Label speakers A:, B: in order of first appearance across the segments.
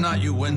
A: not, you win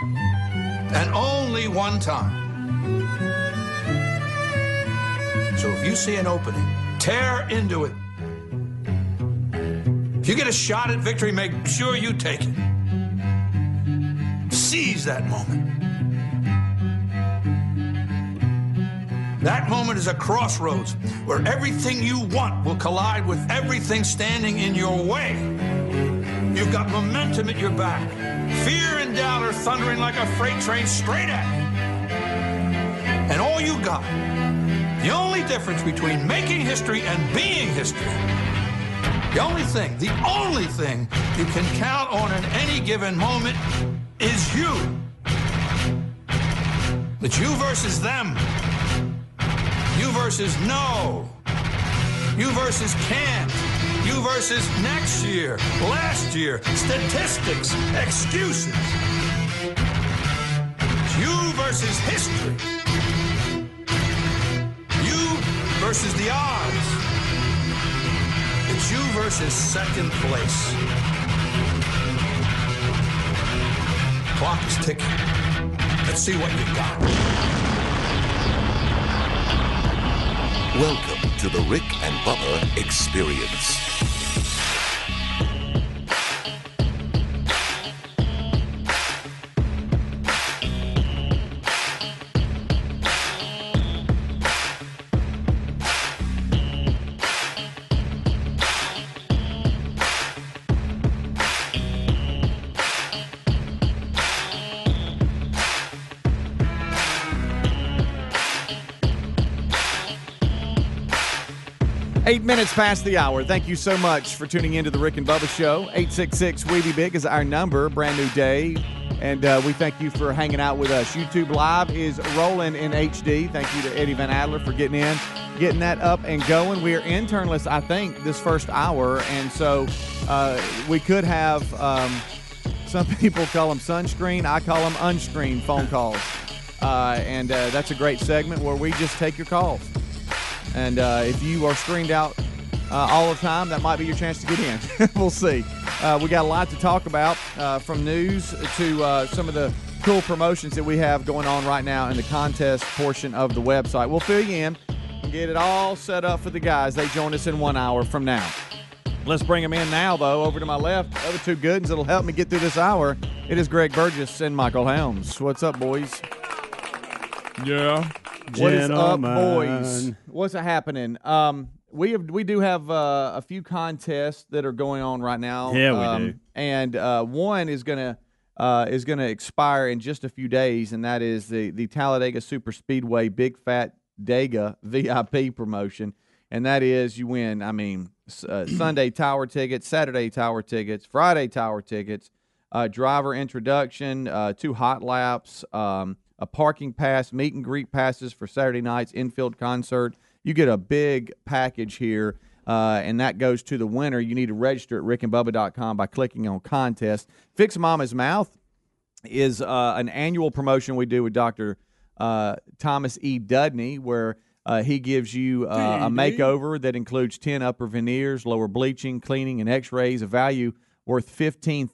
A: and only one time. So if you see an opening, tear into it. If you get a shot at victory, make sure you take it. Seize that moment. That moment is a crossroads where everything you want will collide with everything standing in your way. You've got momentum at your back. Fear and doubt are thundering like a freight train straight at you. And all you got, the only difference between making history and being history, the only thing, the only thing you can count on in any given moment is you. It's you versus them. You versus no. You versus can't. You versus next year, last year, statistics, excuses. It's you versus history. You versus the odds. It's you versus second place. Clock is ticking. Let's see what you got.
B: Welcome to the Rick and Bubba Experience.
C: Eight minutes past the hour. Thank you so much for tuning in to the Rick and Bubba Show. 866 We Be Big is our number. Brand new day. And uh, we thank you for hanging out with us. YouTube Live is rolling in HD. Thank you to Eddie Van Adler for getting in, getting that up and going. We are internless, I think, this first hour. And so uh, we could have um, some people call them sunscreen. I call them unscreened phone calls. Uh, and that's a great segment where we just take your calls. And uh, if you are screened out uh, all the time, that might be your chance to get in. we'll see. Uh, we got a lot to talk about uh, from news to uh, some of the cool promotions that we have going on right now in the contest portion of the website. We'll fill you in and get it all set up for the guys. They join us in one hour from now. Let's bring them in now, though. Over to my left, the other two goodens that'll help me get through this hour. It is Greg Burgess and Michael Helms. What's up, boys?
D: Yeah.
C: What is up, boys? What's happening? Um, we have we do have uh, a few contests that are going on right now.
D: Yeah, we
C: um,
D: do.
C: And uh, one is gonna uh, is gonna expire in just a few days, and that is the the Talladega Super Speedway Big Fat Dega VIP promotion, and that is you win. I mean, uh, Sunday tower tickets, Saturday tower tickets, Friday tower tickets, uh, driver introduction, uh, two hot laps. Um, a parking pass, meet and greet passes for Saturday night's infield concert. You get a big package here, uh, and that goes to the winner. You need to register at rickandbubba.com by clicking on contest. Fix Mama's Mouth is uh, an annual promotion we do with Dr. Uh, Thomas E. Dudney, where uh, he gives you uh, a makeover that includes 10 upper veneers, lower bleaching, cleaning, and x rays, a value worth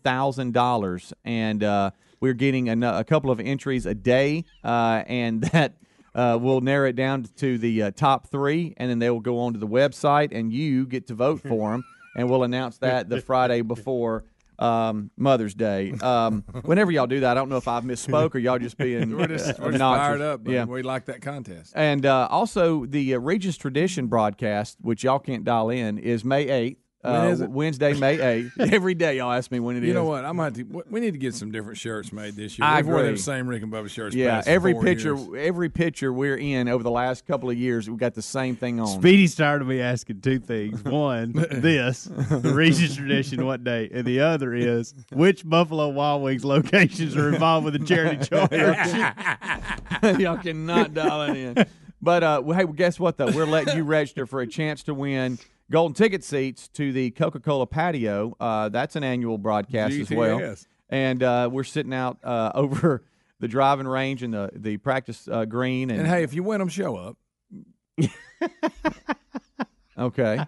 C: $15,000. And uh, we're getting a, a, couple of entries a day, uh, and that uh, will narrow it down to the uh, top three, and then they will go on to the website, and you get to vote for them, and we'll announce that the Friday before um, Mother's Day. Um, whenever y'all do that, I don't know if I've misspoke or y'all just being
D: we're just, we're just fired up. yeah, we like that contest.
C: uh, And also the Regis Tradition broadcast, which y'all can't dial in, is May eighth. uh,
D: is it?
C: Wednesday, May 8th. Every day y'all ask me when it is.
D: You know what? I'm gonna have to. we- We need to get some different shirts made this year.
C: I
D: We've worn
C: agree.
D: those same Rick and Bubba shirts.
C: Yeah,
D: past
C: every
D: four
C: picture,
D: years.
C: every picture we're in over the last couple of years, we've got the same thing on.
E: Speedy's tired of me asking two things. One, this, the Regis tradition, what day? And the other is, which Buffalo Wild Wings locations are involved with the charity choir?
C: Y'all cannot dial it in. But uh, well, hey, well, guess what though? We're letting you register for a chance to win golden ticket seats to the Coca Cola Patio. Uh, that's an annual broadcast as well,
D: GTS.
C: and uh, we're sitting out uh, over the driving range and the the practice uh, green. And,
D: And hey, if you win them, show up.
C: okay,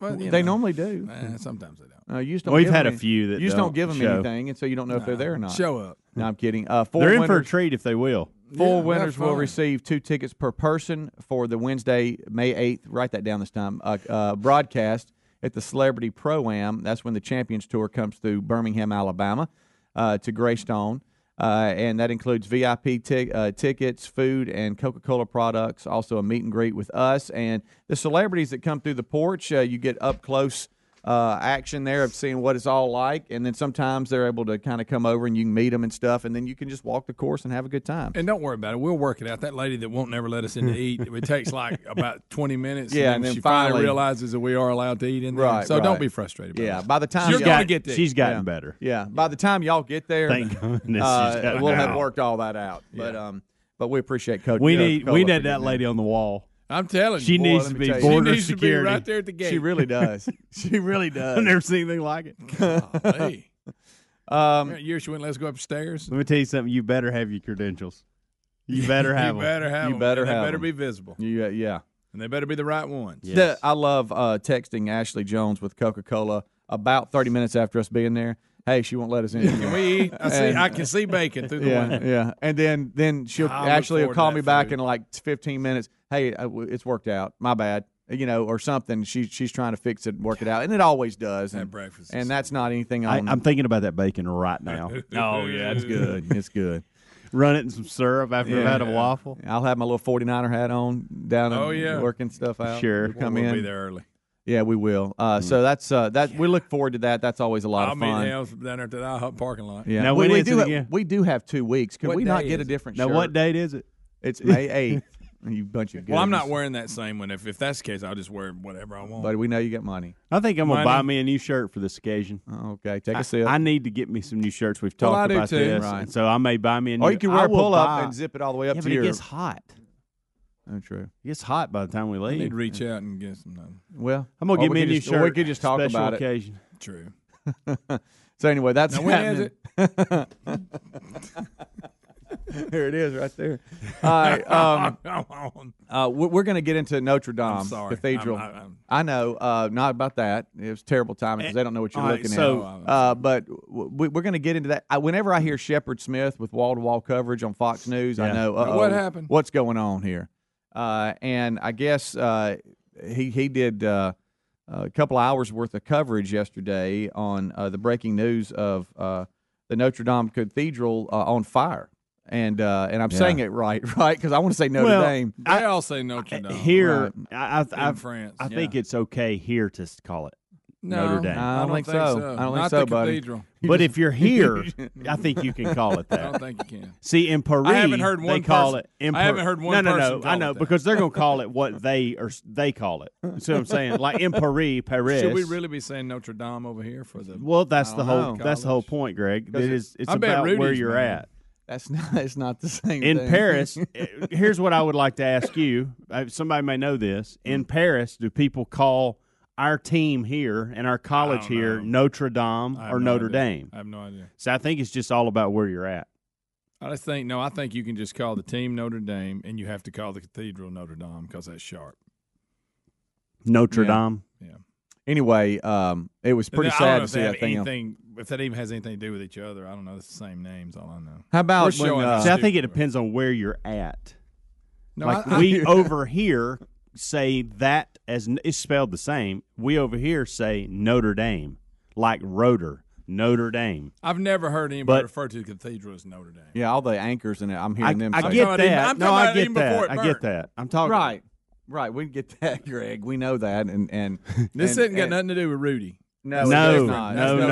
D: Well, you
C: they
D: know,
C: normally do.
D: eh, sometimes they don't.
C: Uh, you just don't
E: We've
C: give 'em
E: had a
C: any-
E: few that
C: you just don't,
E: don't
C: give them
E: show.
C: anything, and so you don't know if they're there or not.
D: Show up.
C: No, I'm kidding. Uh, four
E: They're in for a
C: winners-
E: treat if they will.
C: Four
D: Yeah,
C: winners
D: that's
C: will
D: fine.
C: receive two tickets per person for the Wednesday, May 8th. Write that down this time. Uh, uh, broadcast at the Celebrity Pro Am. That's when the Champions Tour comes through Birmingham, Alabama, uh, to Greystone. Uh, and that includes VIP tic- uh, tickets, food, and Coca Cola products. Also, a meet and greet with us. And the celebrities that come through the porch, uh, you get up close uh, action there of seeing what it's all like. And then sometimes they're able to kind of come over and you can meet them and stuff. And then you can just walk the course and have a good time.
D: And don't worry about it. We'll work it out. That lady that won't never let us in to eat, it takes like about 20 minutes.
C: Yeah,
D: and then,
C: and then
D: she finally,
C: finally-
D: realizes that we are allowed to eat in there.
C: Right,
D: so don't
C: right.
D: be frustrated. By
C: Yeah,
D: that.
C: by the time
D: You're
C: y'all-
D: gonna
E: Got-
D: get there.
E: She's gotten
C: Yeah.
E: better.
C: Yeah, by the time y'all get there,
E: Thank goodness.
C: uh,
E: she's gotten
C: we'll
E: better.
C: have worked all that out. But um, but we appreciate Coach.
E: We
C: Coca-Cola
E: need we
C: for
E: need that
C: getting
E: lady on the wall.
D: I'm telling you.
E: She
D: boy,
E: needs
D: let
E: to be
D: me tell you.
E: border
D: She needs to
E: security.
D: be right there at the gate.
C: She really does. she really does. Oh,
E: I've never seen anything like it.
D: Golly.
C: Um,
D: That year she wouldn't let us go upstairs.
E: Let me tell you something. You better have your credentials. You better have 'em.
D: you better have
C: You
D: them.
C: better
D: and they
C: have
D: better
C: 'em.
D: be visible.
C: yeah, yeah.
D: And they better be the right ones.
E: Yes.
C: The- I love uh, texting Ashley Jones with Coca Cola about thirty minutes after us being there. Hey, she won't let us in.
D: Can we eat? I see. I can see bacon through the
C: yeah,
D: window.
C: yeah. And then then she'll
D: I look
C: Ashley will
D: forward to
C: call
D: that
C: me back
D: food.
C: in like fifteen minutes. Hey, uh, w- it's worked out. My bad. You know, or something. She she's trying to fix it, and work it out, and it always does.
D: That
C: And,
D: breakfast. is-
C: and that's not anything
E: I,
C: on.
E: I'm thinking about that bacon right now.
C: oh yeah, it's good. It's good.
E: Run it in some syrup after I've
C: Yeah.
E: had a waffle.
C: I'll have my little 49er hat on down and
D: Oh, yeah.
C: working stuff out.
E: Sure. Hmm.
C: We'll come
D: we'll
C: in.
D: be there early.
C: Yeah, we will. Uh, So that's uh, that. We look forward to that. That's always a lot
D: I'll
C: of
D: meet
C: fun.
D: Hales down there at the IHOP parking lot.
C: Yeah,
E: Now,
C: we,
E: when
C: we
E: is
C: do
E: it
C: have,
E: again?
C: we do have two weeks. Could
D: What
C: we not
D: day
C: get a
D: is it?
C: different
E: Now,
C: shirt?
E: what date is it?
C: It's May eighth. you bunch of.
D: Well, I'm not
C: goodies.
D: wearing that same one. If if that's the case, I'll just wear whatever I want.
C: But we know you got money.
E: I think I'm gonna buy
D: Money.
E: me a new shirt for this occasion.
C: Okay, take
E: I,
C: a sip.
E: I need to get me some new shirts. We've
D: Well,
E: talked
D: I do
E: about
D: too.
E: this,
C: Right.
E: and so I may buy me a new.
C: or you can
E: I
C: wear a
E: will
C: pull
E: buy-
C: up and zip it all the way up
E: Yeah,
C: to
E: but it
C: your.
E: gets hot.
C: oh, true.
E: It gets hot by the time we
D: I need to
E: leave.
D: reach out and get some.
C: Well,
E: I'm gonna
C: or
E: get
C: we
E: me a
C: could
E: new
C: just-
E: shirt.
C: Or we could just talk
E: special
C: about it.
E: occasion.
D: True.
C: So anyway, that's
D: Now, when is
C: happening. there it is, right there. All right, um,
D: Come on.
C: uh, we- we're going to get into Notre Dame
D: I'm sorry.
C: Cathedral.
D: I'm- I'm- Eh,
C: I know, uh, not about that. It was terrible timing because they don't know what you're
E: All right,
C: looking
E: so-
C: at. Uh, but w- we- we're going to get into that. I, whenever I hear Shepard Smith with wall to wall coverage on Fox News, I
E: Yeah.
C: know uh
D: What happened?
C: What's going on here? Uh, and I guess uh, he he did uh, a couple hours worth of coverage yesterday on uh, the breaking news of uh, the Notre Dame Cathedral uh, on fire. And uh, and I'm saying it right, right? Because I want to say Notre
E: Well,
C: Dame.
D: They all say Notre Dame
E: Here, I, I,
D: in
E: I,
D: France.
E: I think it's okay here to s- call it.
D: no,
E: Notre Dame.
C: I don't think so. I don't think
D: Not
C: so,
D: the
C: buddy.
D: cathedral.
E: But if you're here, I think you can call it
D: I
E: that.
D: don't think you can.
E: See, in Paris,
D: I haven't heard
E: they
D: one
E: call
D: person-
E: it. In
D: I
E: Par-
D: haven't heard one
E: No, no,
D: person
E: no.
D: call
E: I
D: it
E: know
D: that.
E: because they're gonna call it what they are. They call it. See what I'm saying? Like in Paris, Paris.
D: Should we really be saying Notre Dame over here for the?
E: Well, that's the
C: don't
E: whole.
D: know.
E: That's the whole point, Greg. It is. It's
D: I bet
E: about where
D: Rudy's
E: you're
D: mad.
E: at.
C: That's not. It's not the same.
E: In
C: thing.
E: Paris, eh, here's what I would like to ask you. Uh, Somebody may know this.
C: Mm.
E: In Paris, do people call our team here and our college
D: don't
E: here
D: know.
E: Notre Dame
D: I have
E: or
D: no
E: Notre
D: idea.
E: Dame?
D: I have no idea.
E: So I think it's just all about where you're at.
D: I just think no. I think you can just call the team Notre Dame, and you have to call the cathedral Notre Dame because that's sharp.
E: Notre
C: Yeah.
E: Dame.
D: Yeah, And
C: anyway, um, it was pretty
D: I don't
C: sad
D: know
C: to
D: if
C: see
D: they have
C: that thing. on-
D: Anything, if that even has anything to do with each other, I don't know. It's the same names. All I know.
C: How about when,
D: We're showing
C: uh,
E: See, I
D: Stupid.
E: think it depends on where you're at.
D: No,
E: like
D: I, I-
E: we over here say that as n- it's spelled the same. We over here say Notre Dame, like Rotor, Notre Dame.
D: I've never heard anybody
E: But-
D: refer to the cathedral as Notre Dame.
C: yeah, all the anchors in it? I'm hearing
E: I,
C: them.
E: I
C: say
E: get
D: about
E: that.
D: even- I'm
E: no,
D: talking
E: I
D: about
E: get
D: even
E: that.
D: before it
E: I get
D: burnt.
E: that. I'm talking
C: right, Right, we get that, Greg. We know that, and and
D: This
C: and-
D: hasn't got
C: and-
D: nothing to do with Rudy.
E: No,
C: No, it's not.
E: no,
C: That's
E: no,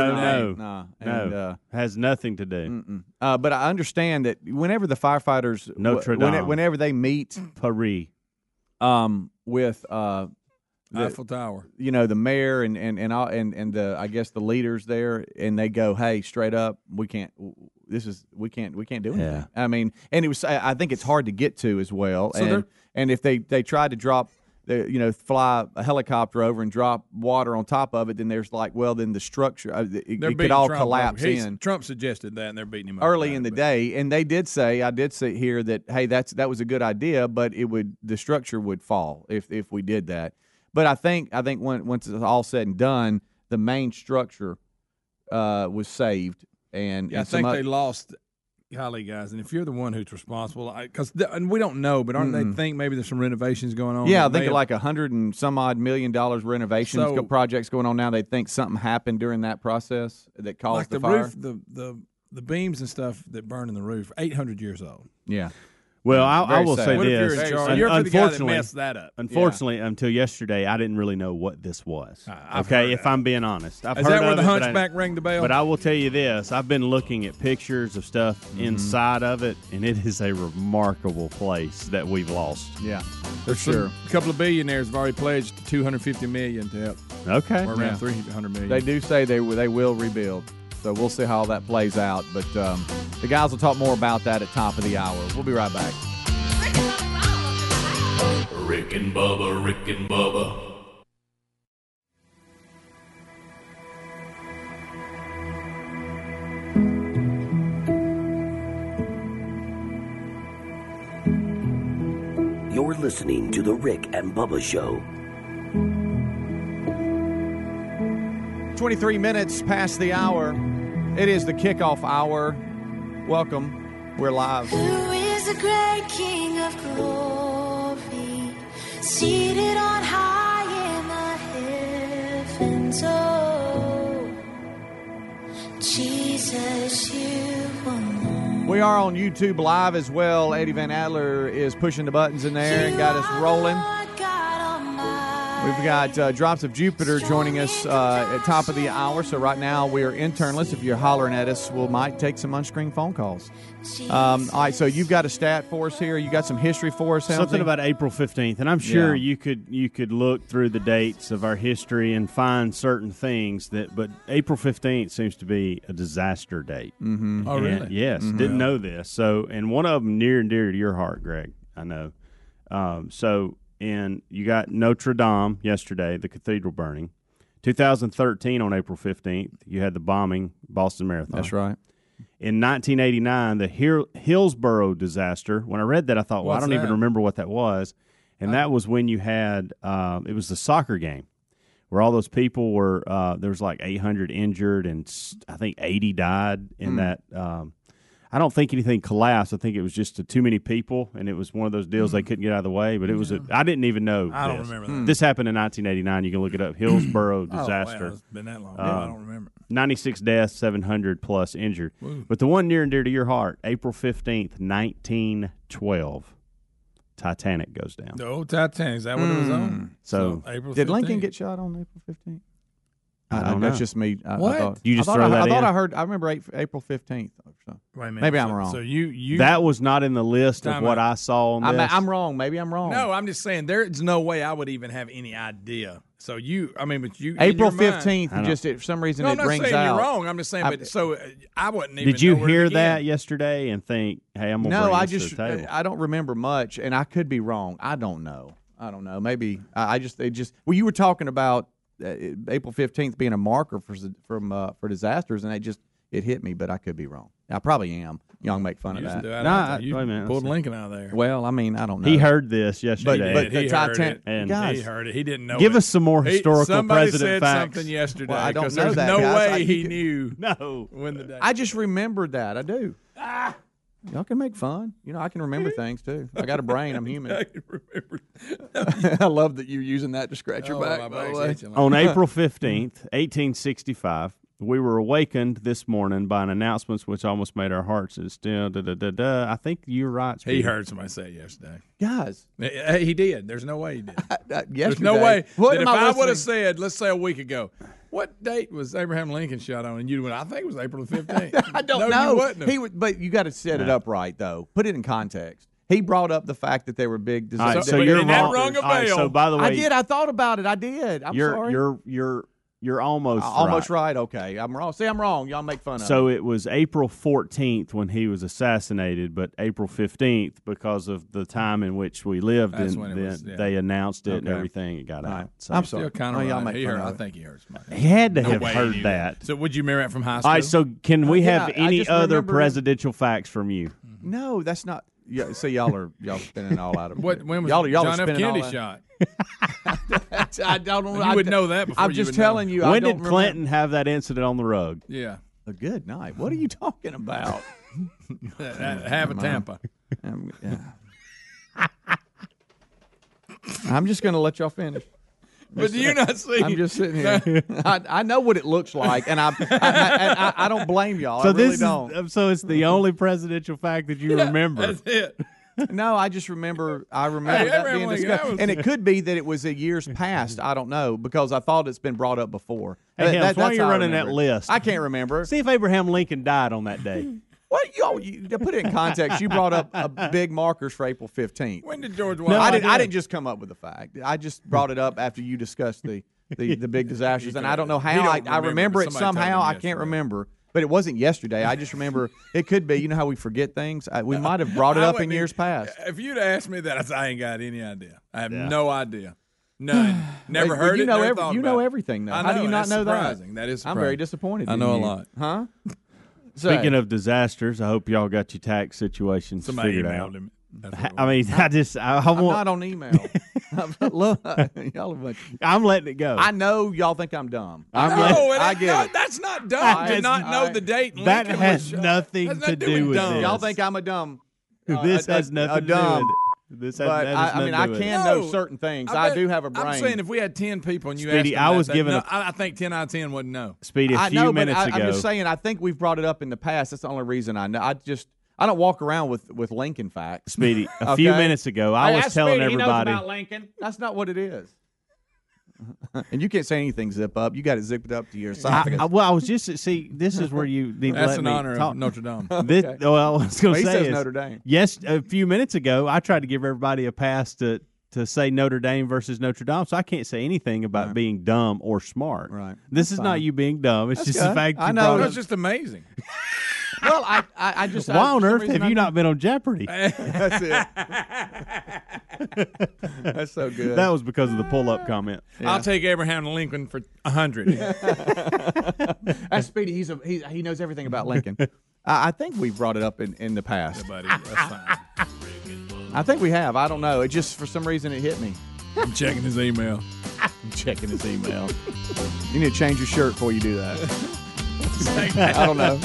C: different.
E: no.
C: Nah,
E: No,
C: and, uh,
E: has nothing to do.
C: mm-mm. Uh, but I understand that whenever the firefighters,
E: Notre
C: whene-
E: Dame.
C: whenever they meet,
E: Paris.
C: um, with uh, The-
D: Eiffel Tower.
C: you know the mayor and and and all, and and the I guess the leaders there, and they go, hey, straight up, we can't. This is we can't we can't do anything.
E: Yeah.
C: I mean, and it was I I think it's hard to get to as well.
D: So
C: and
D: they're-
C: and if they they tried to drop. The, you know, fly a helicopter over and drop water on top of it. Then there's like, well, then the structure uh, it, it could
D: beating
C: all
D: Trump
C: collapse
D: over- he's-
C: in
D: Trump suggested that, and they're beating him up
C: early
D: about
C: in
D: it,
C: the
D: but-
C: day, and they did say I did sit here that hey, that's that was a good idea, but it would the structure would fall if if we did that. But I think I think when, once it's all said and done, the main structure uh, was saved, and,
D: Yeah, I
C: and some
D: think
C: oth-
D: they lost. Golly, guys, and if you're the one who's responsible, because and we don't know, but aren't
C: Mm-mm.
D: they think maybe there's some renovations going on?
C: yeah, I
D: that may
C: think
D: have-
C: like a hundred and some odd million dollars renovations
D: So-
C: go- projects going on now. They think something happened during that process that caused
D: like
C: the,
D: the,
C: fire.
D: roof, the the the beams and stuff that burn in the roof, 800 years old.
C: Yeah,
E: Well, I, I
C: Very
E: will
C: sad.
E: say
D: What
E: this.
D: if you're in
C: Very
D: charge?
C: sad.
E: Un-
D: You're for the guy that
E: unfortunately,
D: messed that up.
E: unfortunately, until yesterday, I didn't really know what this was.
D: Ah, I've
E: okay,
D: heard
E: if I'm being honest, I've
D: Is
E: heard
D: that where
E: of
D: the
E: it, but I-
D: hunchback rang the bell?
E: But I will tell you this: I've been looking at pictures of stuff
C: Mm-hmm.
E: inside of it, and it is a remarkable place that we've lost.
C: yeah, for
D: There's
C: sure.
D: A couple of billionaires have already pledged 250 million to help,
E: Okay,
D: or around
C: Yeah.
D: 300 million.
C: They do say they w- they will rebuild. So we'll see how that plays out. But um, the guys will talk more about that at top of the hour. We'll be right back.
F: Rick and Bubba all over the place.
G: Rick and Bubba, Rick and Bubba.
H: You're listening to The Rick and Bubba Show.
C: 23 minutes past the hour. It is the kickoff hour. Welcome. We're live.
F: Who is the great King of glory, seated on high in the heavens? Oh, Jesus, you alone.
C: We are on YouTube Live as well. Eddie Van Adler is pushing the buttons in there and got us rolling. We've got uh, Drops of Jupiter joining us uh, at top of the hour. So right now we are internless. If you're hollering at us, we might take some unscreen phone calls. Um, all right, so you've got a stat for us here. You got some history for us. Helmsy?
E: something about April fifteenth, and I'm sure
C: Yeah.
E: you could you could look through the dates of our history and find certain things that. But April fifteenth seems to be a disaster date.
D: Oh,
E: And-
D: really?
E: yes, didn't know this. So, and one of them near and dear to your heart, Greg. I know. Um, so, and you got Notre Dame yesterday, the cathedral burning. 2013 on April 15th, you had the bombing Boston Marathon.
C: That's right.
E: In 1989, the Hill- Hillsborough disaster. When I read that, I thought, well, I
D: What's
E: don't even
D: that?
E: remember what that was. And that was when you had uh, it was the soccer game where all those people were. Uh, there was like 800 injured, and s- I think 80 died in that. Um, I don't think anything collapsed. I think it was just too many people, and it was one of those deals they couldn't get out of the way. But it was. A, I didn't even know.
D: Hmm. I don't
E: this.
D: remember that.
E: This happened in 1989. You can look it up. Hillsborough
D: Oh, wow,
E: disaster.
D: it's been that long.
E: Um,
D: I don't remember.
E: 96 deaths, 700 plus injured. But the one near and dear to your heart, April 15th, 1912, Titanic goes down.
D: The old Titanic. Is that what it was on?
E: So-
D: April.
C: Mm. Did Lincoln
D: 15th.
C: get shot on April 15th?
E: I don't
C: That's
E: know.
C: just me. I, I
D: What?
C: thought,
E: You just
C: I thought,
E: throw
C: I,
E: that
C: I thought
E: in?
C: I heard. I remember Ap- April 15th. Or something.
D: Wait a minute.
C: Maybe I'm
D: So-
C: wrong.
D: So you you
E: that was not in the list of
D: Time
E: what
D: out.
E: I saw on
C: I'm,
E: this.
C: I'm wrong. Maybe I'm wrong.
D: No, I'm just saying there's no way I would even have any idea. So you, I mean, but you, in
C: April
D: your mind-
C: 15th.
E: I don't-
C: Just it, for some reason
D: No, I'm
C: it
D: not
C: rings
D: saying
C: out.
D: you're wrong. I'm just saying,
C: I-
D: but so uh, I wouldn't even.
E: Did you
D: know where to
E: hear
D: begin.
E: that yesterday and think, hey, I'm going
C: No,
E: bring
C: I
E: this
C: just uh,
E: to the table?
C: I don't remember much, and I could be wrong. I don't know. I don't know. Maybe I, I just they just well, you were talking about uh, it- April fifteenth being a marker for s- from uh, for disasters, and it just it hit me, but I could be wrong. I probably am. Y'all can make fun
D: You
C: of
D: used to do
C: that.
D: that.
E: Nah,
D: I thought
E: I-
D: you
E: wait a minute,
D: pulled
E: let's see.
D: Lincoln out of there.
C: Well, I mean, I don't know.
E: he heard this
C: but,
E: yesterday.
C: but the
D: He heard
C: Titanic,
D: it.
E: And
C: guys,
D: he heard it. He didn't know.
E: Give
D: it.
E: us some more
D: He-
E: historical
D: somebody
E: president
D: said
E: facts.
D: Something yesterday.
C: Well, I don't
D: 'cause
C: know
D: there's
C: that,
D: No
C: guys.
D: way
C: I- you
D: he
C: could-
D: knew
E: no. Ah.
D: when the day.
C: I just remembered that. I do. Y'all can make fun. You know, I can remember things too. I got a brain. I'm human.
D: can remember.
C: I love that you're using that to scratch your
D: Oh,
C: back.
D: my
C: by the
D: back's
C: way.
D: itching like-
E: on April 15th, 1865, we were awakened this morning by an announcement which almost made our hearts still da da da da. I think you're right.
D: He
E: Speedy.
D: heard somebody say it yesterday.
C: Guys,
D: Eh, eh, He did. There's no way he did.
C: uh,
D: There's
C: yesterday.
D: no way.
C: What am
D: that if I, would
C: listening-
D: have said, let's say a week ago, what date was Abraham Lincoln shot on? And you went, I think it was April the 15th.
C: I don't
D: no,
C: know.
D: You wouldn't have.
C: He would, but you got to set it up right though. Put it in context. He brought up the fact that they were big.
E: All right,
C: Design.
E: so,
D: but
E: you're
D: and that
E: wrong.
D: rung a
E: All right,
D: bell.
E: so by the way,
C: I did. I thought about it. I did. I'm
E: you're
C: sorry.
E: you're you're you're almost
C: almost right. Okay, I'm wrong. See, I'm wrong. Y'all make fun of. me.
E: So it was April 14th when he was assassinated, but April 15th because of the time in which we lived,
D: That's
E: and
D: when it
E: then
D: was, yeah.
E: they announced it and
C: Okay.
E: everything. It got out. So
C: I'm
D: Still
C: sorry.
D: kind
C: Oh,
D: of
C: y'all
D: right.
C: make
D: He
C: fun
D: heard,
C: of
D: I
C: it.
D: think he heard somebody.
E: he had to
D: No
E: have
D: way he
E: heard
D: knew
E: that.
D: So would you marry it from high school?
E: All right. So can we
C: yeah,
E: have
C: I
E: any
C: just
E: other
C: remember-
E: presidential facts from you?
C: No, that's not. Yeah, see, y'all are y'all spinning all out of
D: what, when was
C: y'all, y'all
D: John
C: are
D: F.
C: spinning all
D: Kennedy
C: out-
D: shot?
C: I don't know.
D: You
C: I
D: would
C: d-
D: know that before
C: I'm
D: you
C: just
D: would know.
C: telling you. I
E: when
C: don't
E: did Clinton have that incident on the rug?
D: Yeah.
C: Remember. A good night. What are you talking about?
D: Uh, uh, Have a Tampa.
C: I'm, yeah. I'm just going to let y'all finish.
D: But do you not see?
C: I'm just sitting here. I, I know what it looks like, and I, I, I, and I, I don't blame y'all.
E: So
C: Oh, I really
E: this
C: don't.
E: is uh, so it's the only presidential fact that you remember.
D: That's it.
C: No, I just remember. I remember
D: Hey,
C: that
D: Abraham
C: being
D: Lincoln,
C: discussed,
D: that was-
C: and it could be that it was a years past. I don't know because I thought it's been brought up before.
E: Hey,
C: That-
E: Helms,
C: that-
E: why
C: that's
E: are you
C: how I
E: running that
C: remember it.
E: list?
C: I can't remember.
E: See if Abraham Lincoln died on that day.
C: What y'all you, to put it in context? You brought up a big markers for April 15th.
D: When did George
C: I,
D: Washington?
C: didn't. I didn't just come up with the fact. I just brought it up after you discussed the the, the big disasters, and I don't know
D: He
C: how. I,
D: don't
C: I
D: remember.
C: remember it
D: Somebody told
C: somehow.
D: him
C: I can't
D: yesterday.
C: remember, but it wasn't yesterday. I just remember it could be. You know how we forget things. I, we might have brought it
D: I
C: up in
D: wouldn't-
C: years past.
D: If you'd asked me that, I'd say, I ain't got any idea. I have no idea. None.
C: But
D: Never heard
C: you
D: it.
C: Know
D: never
C: every-
D: thought
C: you
D: about
C: know
D: it.
C: everything. Though.
D: I
C: How do
D: know,
C: you
D: and
C: not
D: that's
C: know
D: surprising. That is
C: I'm very
D: surprising.
C: disappointed.
D: I
C: in
D: know a
C: you.
D: lot.
C: huh?
E: Speaking of disasters, I hope y'all got your tax situation
D: Somebody
E: figured
D: emailed
E: out.
D: him. That's what
E: I
D: it
E: I
D: was.
E: mean, I just I, I
C: I'm
E: want
C: not on email. Look, y'all are a bunch-
E: I'm letting it go.
C: I know y'all think I'm dumb.
E: I'm
D: no,
E: letting-
D: it
C: I
D: ain't-
C: get
D: no,
C: it.
D: That's not dumb
E: I
D: to
E: just-
D: not know
C: I-
D: the date.
E: that
D: Lincoln
E: has
D: was shot.
E: nothing
D: That's
E: to
D: not doing
E: do with
D: dumb.
E: this.
C: Y'all think I'm a dumb. uh,
E: this
C: a-
E: has
C: a-
E: nothing
C: a dumb,
E: to do with it. This has,
C: But
E: that
C: I,
E: has
C: I mean, I
E: nothing to do
C: can
E: with
D: it.
C: know
D: No,
C: certain things.
D: I
C: I,
D: bet-
C: do have a brain.
D: I'm saying if we had ten people and you
E: Speedy,
D: asked them
E: I
D: that,
E: was
D: they-
E: given
D: no,
E: a-
D: I I think ten out of ten wouldn't know.
E: it. Speedy, a
C: I
E: few
C: know, but
E: minutes
C: I,
E: ago,
C: I'm just saying. I think we've brought it up in the past. That's the only reason I know. I just I don't walk around with with Lincoln facts.
E: Speedy, a few
C: Okay.
E: minutes ago, I
I: Hey,
E: was
I: that's
E: telling
I: Speedy. He knows
E: everybody.
I: about Lincoln.
C: That's not what it is. and you can't say anything zip up. You got it zipped up to your
E: I,
C: esophagus.
E: I, well, I was just see. This is where you need to
D: That's
E: let
D: in
E: me
D: honor
E: talk.
D: of Notre Dame.
E: This, well, I was going to
C: Well, he
E: say
C: says
E: is,
C: Notre Dame.
E: Yes, a few minutes ago, I tried to give everybody a pass to to say Notre Dame versus Notre Dame, so I can't say anything about being dumb or smart.
C: Right.
E: This is not you being dumb. It's just the
C: good.
E: fact.
C: I
E: you
C: know.
E: brought
D: That's
E: up-
D: just amazing.
C: well, I, I, I just. I-
E: Why on
C: for some
E: earth
C: reason
E: have
C: I
E: you
C: knew-
E: not been on Jeopardy?
C: That's it. That's so good.
E: That was because of the pull up comment.
D: I'll take Abraham Lincoln for a hundred.
C: That's Speedy. He's a he. He knows everything about Lincoln. I, I think we've brought it up in, in the past.
D: buddy. That's fine.
C: I think we have. I don't know. It just for some reason it hit me.
D: I'm checking his email.
C: I'm checking his email. you need to change your shirt before you do that. I don't know.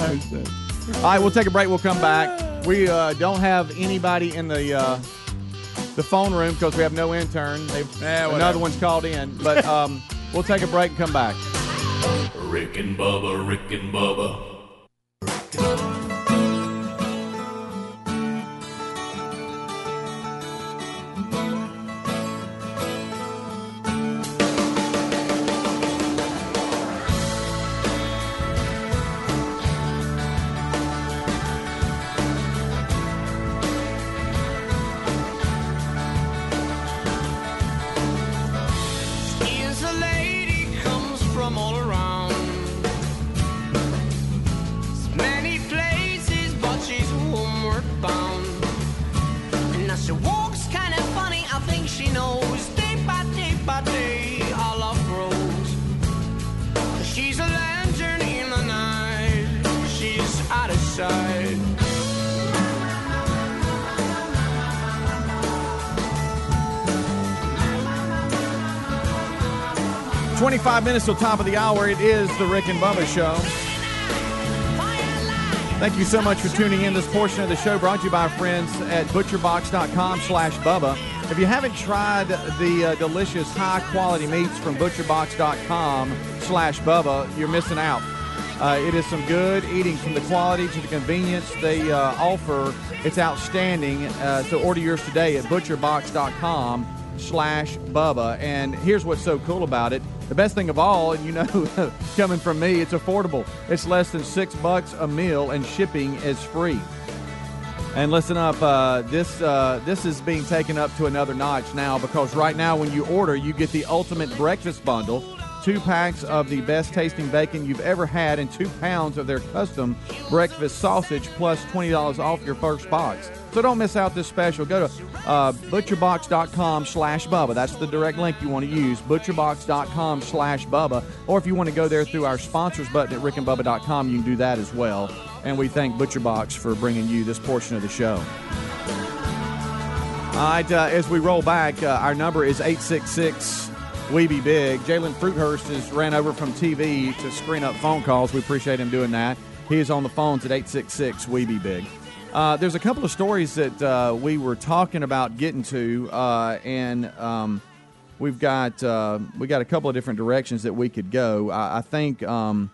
C: All right, we'll take a break. We'll come back. We uh, don't have anybody in the uh, the phone room because we have no intern. They've,
D: Eh, whatever.
C: another one's called in, but um, we'll take a break and come back.
G: Rick and Bubba, Rick and Bubba,
F: Is a lady comes from all around. Many places, but she's homeward bound. And now she walks kinda funny, I think she knows. Day by day by day, our love grows. She's a lantern in the night, she's out of sight.
C: Twenty-five minutes till top of the hour. It is the Rick and Bubba Show. Thank you so much for tuning in. This portion of the show brought to you by our friends at butcherbox.com slash Bubba. If you haven't tried the uh, delicious high quality meats from butcherbox.com slash Bubba, you're missing out. Uh, it is some good eating from the quality to the convenience they uh, offer. It's outstanding. Uh, so order yours today at butcherbox.com slash Bubba. And here's what's so cool about it. The best thing of all, and you know, coming from me, it's affordable. It's less than six bucks a meal and shipping is free. And listen up, uh, this uh, this is being taken up to another notch now because right now when you order, you get the ultimate breakfast bundle, two packs of the best tasting bacon you've ever had, and two pounds of their custom breakfast sausage, plus twenty dollars off your first box. So don't miss out this special. Go to uh, butcherbox.com slash Bubba. That's the direct link you want to use, butcherbox.com slash Bubba. Or if you want to go there through our sponsors button at rickandbubba.com, you can do that as well and we thank ButcherBox for bringing you this portion of the show. All right, uh, as we roll back, uh, our number is 866 We Be Big. Jalen Fruithurst has ran over from TV to screen up phone calls. We appreciate him doing that. He is on the phones at 866 We Be Big. Uh, there's a couple of stories that uh, we were talking about getting to, uh, and um, we've got uh, we got a couple of different directions that we could go. I, I think um,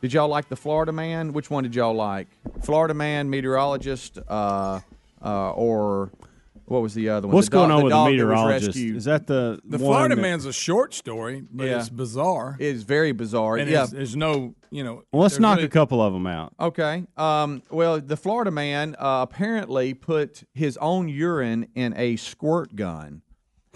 C: did y'all like the Florida man? Which one did y'all like? Florida man, meteorologist, uh, uh, or what was the other one?
E: What's
C: The dog-
E: going on with the
C: dog that was
E: meteorologist?
C: rescued.
E: Is that the one
D: The Florida
E: that-
D: man's a short story, but
C: Yeah.
D: it's bizarre.
C: It is very bizarre.
D: and
C: yeah.
D: there's, there's no, you know.
E: Well, let's
D: there's
E: knock
D: really-
E: a couple of them out.
C: Okay. Um, well, the Florida man uh, apparently put his own urine in a squirt gun.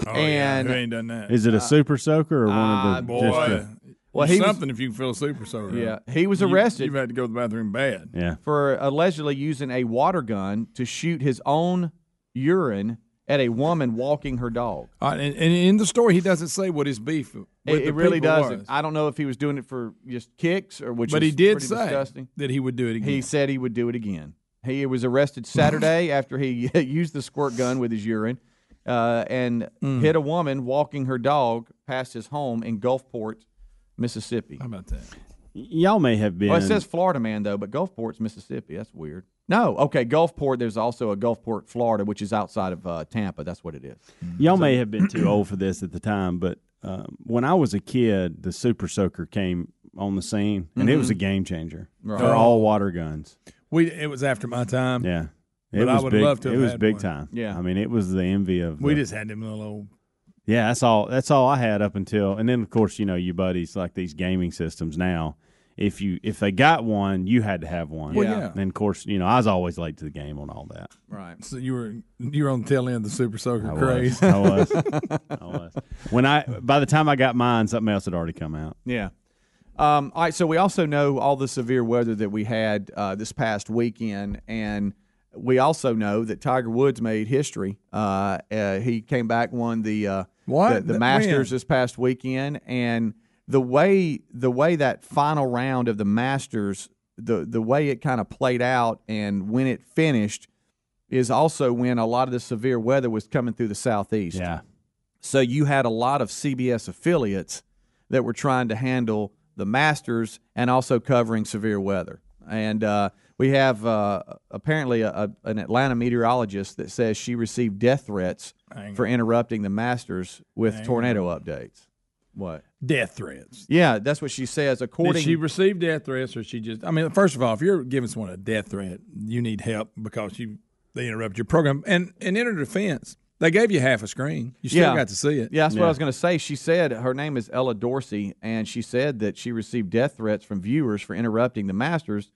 D: Oh,
C: and-
D: yeah, who ain't done that?
E: Is it
C: Uh,
E: a super soaker or one of the?
D: Boy,
E: just the-
C: Well,
D: well,
C: he was-
D: something if you can feel super soda.
C: Yeah, he was
D: You-
C: arrested.
D: You've had to go to the bathroom bad.
E: yeah.
C: for allegedly using a water gun to shoot his own urine at a woman walking her dog.
D: All right, and, and in the story, he doesn't say what his beef. With
C: It,
D: the
C: it really
D: people
C: doesn't.
D: was.
C: I don't know if he was doing it for just kicks or which.
D: but
C: is
D: he did
C: pretty
D: say
C: disgusting.
D: that he would do it again.
C: He said he would do it again. He was arrested Saturday after he used the squirt gun with his urine uh, and
D: Mm.
C: hit a woman walking her dog past his home in Gulfport, Mississippi.
D: How about that?
E: Y'all may have been.
C: Well, it says Florida man though, but Gulfport's Mississippi. That's weird. No, okay, Gulfport. There's also a Gulfport, Florida, which is outside of uh, Tampa. That's what it is.
E: Y'all may have been too old for this at the time, but um, when I was a kid, the Super Soaker came on the scene, and it was a
C: Mm-hmm.
E: game changer for all water guns.
D: We it was after my time.
E: Yeah, it
D: But I
E: was
D: would
E: big.
D: love to
E: it
D: have
E: was
D: had
E: big
D: one.
E: time.
C: Um, Yeah.
E: I mean, it was the envy of.
D: We
E: the-
D: just had them little old.
E: yeah, that's all. That's all I had up until, and then of course, you know, your buddies like these gaming systems now. If you if they got one, you had to have one.
D: Well, Yeah. yeah.
E: And of course, you know, I was always late to the game on all that.
C: Right.
D: So you were you were on the tail end of the super soaker
E: I
D: craze.
E: was. I was. I was. When I by the time I got mine, something else had already come out.
C: Yeah. Um, all right. So we also know all the severe weather that we had uh, this past weekend, and we also know that Tiger Woods made history. Uh, uh, he came back, won the uh,
D: What?
C: the, the
D: Th-
C: Masters
D: when?
C: this past weekend, and the way the way that final round of the Masters, the the way it kind of played out, and when it finished, is also when a lot of the severe weather was coming through the southeast.
E: Yeah.
C: So you had a lot of CBS affiliates that were trying to handle the Masters and also covering severe weather. And uh, we have uh, apparently a, a, an Atlanta meteorologist that says she received death threats for interrupting the Masters with tornado updates. What?
D: death threats.
C: Yeah, that's what she says. According
D: Did she receive death threats, or she just? I mean, first of all, if you're giving someone a death threat, you need help because you they interrupt your program. And and in her defense, they gave you half a screen. You still
C: Yeah.
D: got to see it.
C: Yeah, that's what I was going to say. She said her name is Ella Dorsey, and she said that she received death threats from viewers for interrupting the Masters,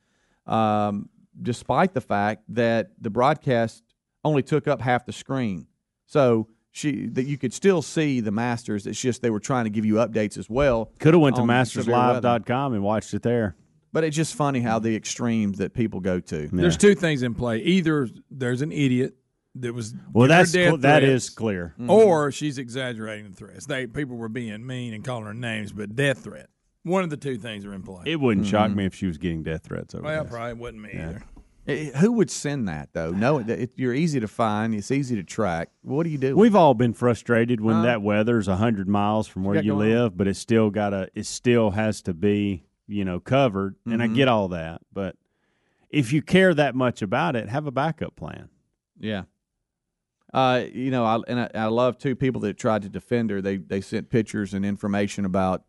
C: um, despite the fact that the broadcast only took up half the screen. So she that you could still see the Masters. It's just they were trying to give you updates as well.
E: Could have went to
C: on severe weather.
E: masterslive.com and watched it there.
C: But it's just funny how the extremes that people go to.
E: Yeah.
D: There's two things in play. Either there's an idiot that was
E: Well,
D: give her
E: that's
D: death
E: cl- that
D: threats, Mm-hmm.
E: is clear.
D: or she's exaggerating the threats. They people were being mean and calling her names, but death threat. One of the two things are in play.
E: It wouldn't
C: Mm-hmm.
E: shock me if she was getting death threats over
D: well,
E: this.
D: probably wasn't me either.
C: Eh, who would send that though? No, it, it- you're easy to find. It's easy to track. What do you do?
E: We've all been frustrated when that weather's hundred miles from where
C: got
E: you
C: going on?
E: live, but it still gotta it still has to be, you know, covered. And I get all that, but if you care that much about it, have a backup plan.
C: Yeah. Uh, you know, I and I, I love too people that tried to defend her. They they sent pictures and information about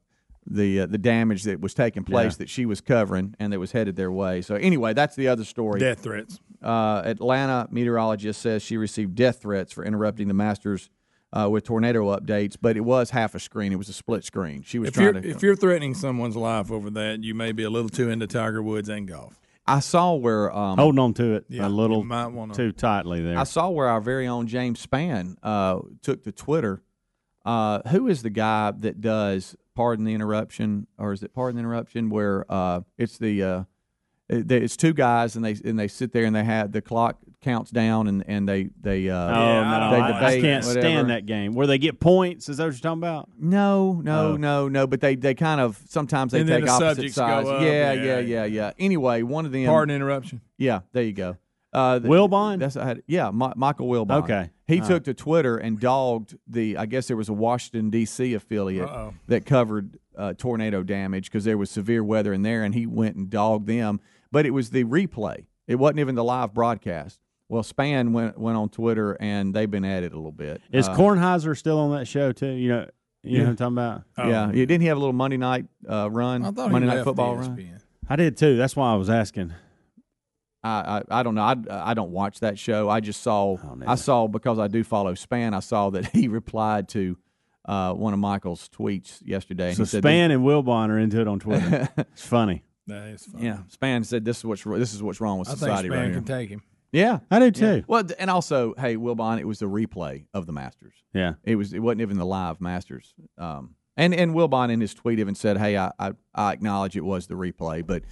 C: the uh, the damage that was taking place that she was covering and that was headed their way. So anyway, that's the other story.
D: Death threats.
C: Uh, Atlanta meteorologist says she received death threats for interrupting the Masters uh, with tornado updates, but it was half a screen. It was a split screen. She was
D: If
C: trying
D: you're
C: to.
D: if you're threatening someone's life over that, you may be a little too into Tiger Woods and golf.
C: I saw where um,
E: Holding on to it
D: Yeah,
E: a
D: you
E: little
D: might wanna-
E: too tightly there.
C: I saw where our very own James Spann uh, took to Twitter. Uh, who is the guy that does pardon the interruption, or is it pardon the interruption? Where uh, it's the uh, it- they- it's two guys and they and they sit there and they have the clock counts down and and they they
E: oh
C: uh,
D: Yeah, I
E: no,
D: don't
E: I,
D: like
E: I
C: debate,
E: can't
C: whatever.
E: stand that game where they get points. Is that what you're talking about?
C: no no
E: Oh.
C: no no, but they they kind of sometimes they
D: And then
C: take
D: the
C: opposite
D: subjects go
C: sides.
D: up,
C: yeah,
D: yeah,
C: yeah yeah yeah
D: yeah.
C: Anyway, one of them
D: Pardon interruption.
C: Yeah, there you go. Uh, th-
E: Wilbon?
C: That's I had, yeah, Mi- Michael Wilbon.
E: Okay.
C: he
E: All
C: took to Twitter and dogged the. I guess there was a Washington D.C. affiliate
D: Uh-oh.
C: that covered uh, tornado damage because there was severe weather in there, and he went and dogged them. But it was the replay; it wasn't even the live broadcast. Well, Span went went on Twitter, and they've been at it a little bit.
E: Is
C: Uh,
E: Kornheiser still on that show too? You know, you know what I'm talking about.
C: yeah, yeah, didn't he have a little Monday night uh, run?
D: Oh. I thought he
C: Monday night
D: left E
C: football run.
D: ESPN.
E: I did too. That's why I was asking.
C: I, I I don't know. I, I don't watch that show. I just saw.
E: don't either.
C: I saw because I do follow Span. I saw that he replied to uh, one of Michael's tweets yesterday. and
E: So
C: he said
E: Span and Wilbon are into it on Twitter. it's funny.
D: That is fine.
C: this- yeah, Span said this is what's wr- this is what's wrong with
D: I think
C: society
D: Spain
C: right
D: can
C: here.
D: take him.
C: yeah.
E: I do too.
C: Well, th- and also, hey, Wilbon, it was the replay of the Masters.
E: Yeah.
C: It was it wasn't even the live Masters. Um, and and Wilbon in his tweet even said, "Hey, I I, I acknowledge it was the replay, but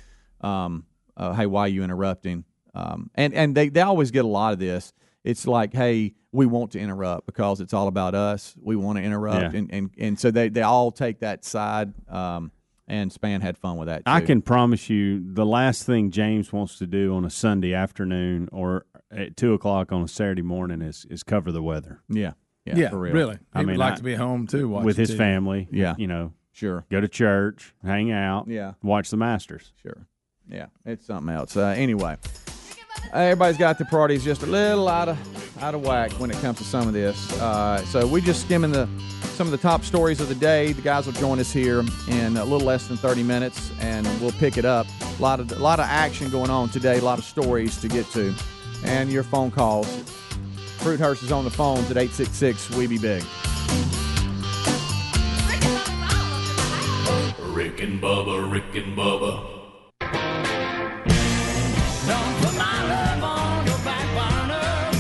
C: um, uh, hey, why are you interrupting?" Um, and and they they always get a lot of this. It's like, hey, we want to interrupt because it's all about us. We want to interrupt,
E: Yeah.
C: and, and and so they they all take that side. Um, and Span had fun with that.
E: I
C: too.
E: can promise you the last thing James wants to do on a Sunday afternoon or at two o'clock on a Saturday morning is is cover the weather
C: yeah, yeah, for real.
D: really. He
E: I
D: would
E: mean,
D: like
E: I-
D: to be home too, watching
E: with his
D: TV.
E: family.
C: Yeah.
E: You know,
C: sure,
E: go to church, hang out,
C: Yeah.
E: watch the Masters.
C: sure, yeah, it's something else. Uh, anyway. Everybody's got the parties just a little out of out of whack when it comes to some of this. Uh, so we just skimming the some of the top stories of the day. The guys will join us here in a little less than 30 minutes, and we'll pick it up. A lot of a lot of action going on today. A lot of stories to get to, and your phone calls. Fruithurst is on the phones at 866 We Be Big.
G: Rick and Bubba, Rick and Bubba,
F: Don't put my love on the back burner.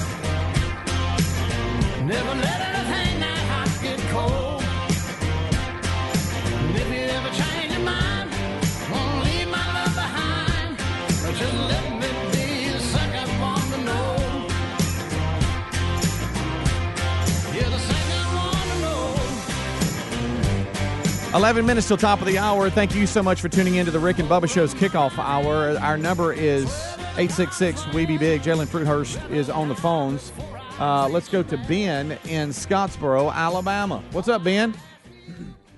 F: Never let anything that hot get cold. And if you ever change your mind, won't leave my love behind. But just let me be the second one to know. You're the second one to know.
C: 11 minutes till top of the hour. Thank you so much for tuning in to the Rick and Bubba Show's kickoff hour. Our number is 866 We Be Big. Jalen Fruithurst is on the phones. Uh, let's go to Ben in Scottsboro, Alabama. What's up, Ben?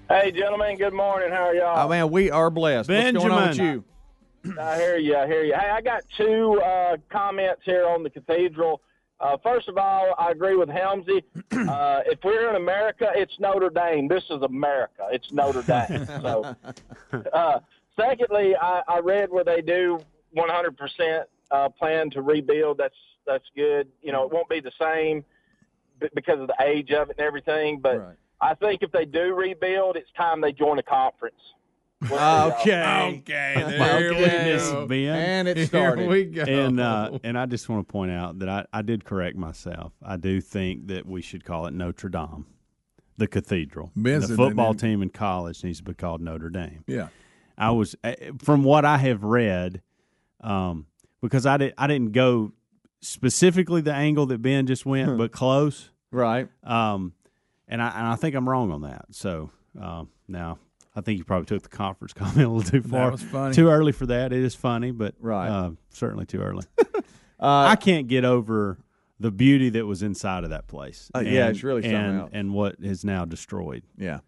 I: Hey, gentlemen, good morning. How
C: Oh,
I: are y'all?
C: man, we are blessed. What's going on with
E: Benjamin.
C: you?
I: I hear you. I hear you. Hey, I got two uh, comments here on the cathedral. Uh, first of all, I agree with Helmsy. Uh, if we're in America, it's Notre Dame. This is America. It's Notre Dame. So, uh, secondly, I, I read where they do 100% uh, plan to rebuild. That's that's good. You know, it won't be the same b- because of the age of it and everything. But
C: Right.
I: I think if they do rebuild, it's time they join a conference. We'll see, y'all.
E: Okay.
D: Okay,
E: My
D: there
E: goodness,
D: we go.
E: Ben.
C: And it
D: Here we
C: started.
D: go.
E: And uh, and I just want to point out that I, I did correct myself. I do think that we should call it Notre Dame, the cathedral. the
D: Ben said they
E: football
D: didn't-
E: team in college needs to be called Notre Dame.
D: yeah,
E: I was eh, from what I have read, um, because I did I didn't go specifically the angle that Ben just went, but close.
C: Right.
E: Um, and I and I think I'm wrong on that. So um, now I think you probably took the conference comment a little too far.
D: was funny.
E: Too early for that. It is funny, but
C: Right.
E: uh, certainly too early.
C: Uh,
E: I can't get over the beauty that was inside of that place.
C: Uh, yeah, it's really something
E: and,
C: else.
E: and what is now destroyed.
C: Yeah.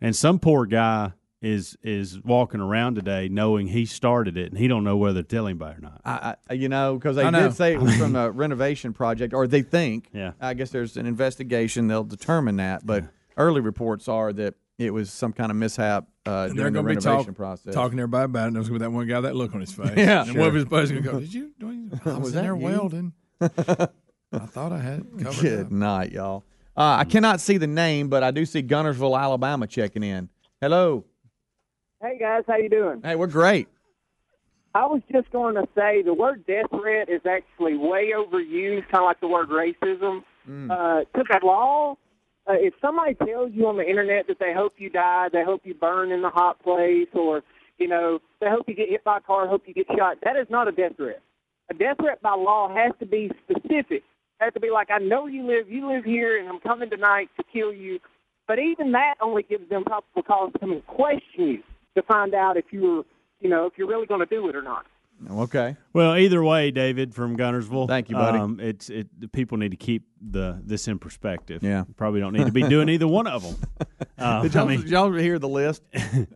E: And some poor guy is is walking around today knowing he started it and he don't know whether to tell anybody or not.
C: I, I you know because they
D: I know.
C: did say it was from a renovation project, or they think.
E: Yeah.
C: I guess there's an investigation. They'll determine that, but early reports are that it was some kind of mishap uh,
D: And they're
C: during the
D: going to be
C: renovation
D: talk,
C: process.
D: talking to everybody about it. And there's going to be that one guy with that look on his face.
C: Yeah,
D: and
C: sure.
D: one of his buddies going to go, "Did you? Do you I
C: Was
D: was, in
C: that
D: there
C: you?"
D: welding. I thought I had it covered
C: Good
D: up."
C: night, y'all. Uh, I cannot see the name, but I do see Gunnersville, Alabama, checking in. Hello.
J: Hey guys, how you doing?
C: Hey, we're great.
J: I was just going to say the word death threat is actually way overused, kind of like the word racism. Uh, took a law. Uh, if somebody tells you on the internet that they hope you die, they hope you burn in the hot place, or you know they hope you get hit by a car, hope you get shot, that is not a death threat. A death threat by law has to be specific. Has to be like I know you live, you live here, and I'm coming tonight to kill you. But even that only gives them probable cause to come and question you to find out if you're, you know, if you're really going to do it or not.
C: Oh, Okay.
E: Well, either way, David from Gunnersville.
C: Thank you, buddy.
E: Um, it's it. the People need to keep the this in perspective.
C: Yeah.
E: probably don't need to be doing either one of them. Uh,
C: Did
E: I
C: y'all,
E: mean,
C: did y'all hear the list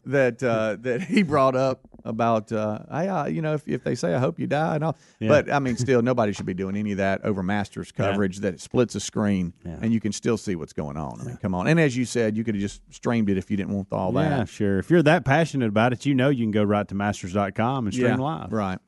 C: that uh, that he brought up about? Uh, hey, uh, you know, if, if they say I hope you die and all,
E: Yeah.
C: but I mean, still, nobody should be doing any of that over Masters coverage that splits a screen
E: Yeah.
C: and you can still see what's going on. I mean, come on. And as you said, you could have just streamed it if you didn't want all
E: yeah,
C: that.
E: sure. If you're that passionate about it, you know you can go right to masters.com and stream live.
C: Right.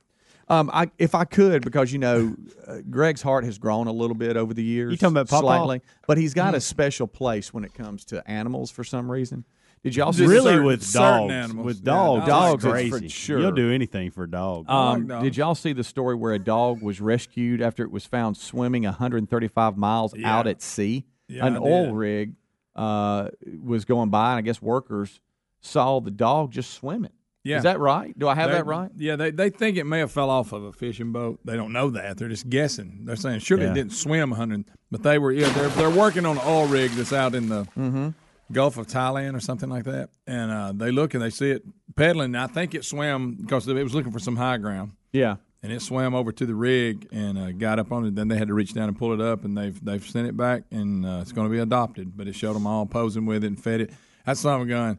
C: Um, I if I could because you know, uh, Greg's heart has grown a little bit over the years.
E: You talking about Pawpaw? Mm.
C: slightly, but he's got a special place when it comes to animals for some reason. Did y'all see
E: Really,
D: certain-
E: with
D: certain
E: dogs,
D: animals.
E: with
D: Yeah,
E: dogs,
C: dogs
E: it's
C: is for
E: crazy.
C: sure.
E: You'll do anything for a dog.
C: Um,
D: dogs.
C: did y'all see the story where a dog was rescued after it was found swimming 135 miles
D: Yeah.
C: out at sea?
D: Yeah,
C: An
D: I
C: oil
D: did.
C: rig uh, was going by, and I guess workers saw the dog just swimming.
D: Yeah.
C: Is that right? Do I have
D: They-
C: that right?
D: Yeah, they, they think it may have fell off of a fishing boat. They don't know that. They're just guessing. They're saying surely
E: Yeah.
D: it didn't swim 100, but they were. Yeah, they're they're working on an oil rig that's out in the
C: Mm-hmm.
D: Gulf of Thailand or something like that. And uh, they look and they see it pedaling. And I think it swam because it was looking for some high ground,
C: Yeah.
D: and it swam over to the rig and uh, got up on it. Then they had to reach down and pull it up, and they've they've sent it back, and uh, it's going to be adopted. But it showed them all posing with it and fed it. That's something going.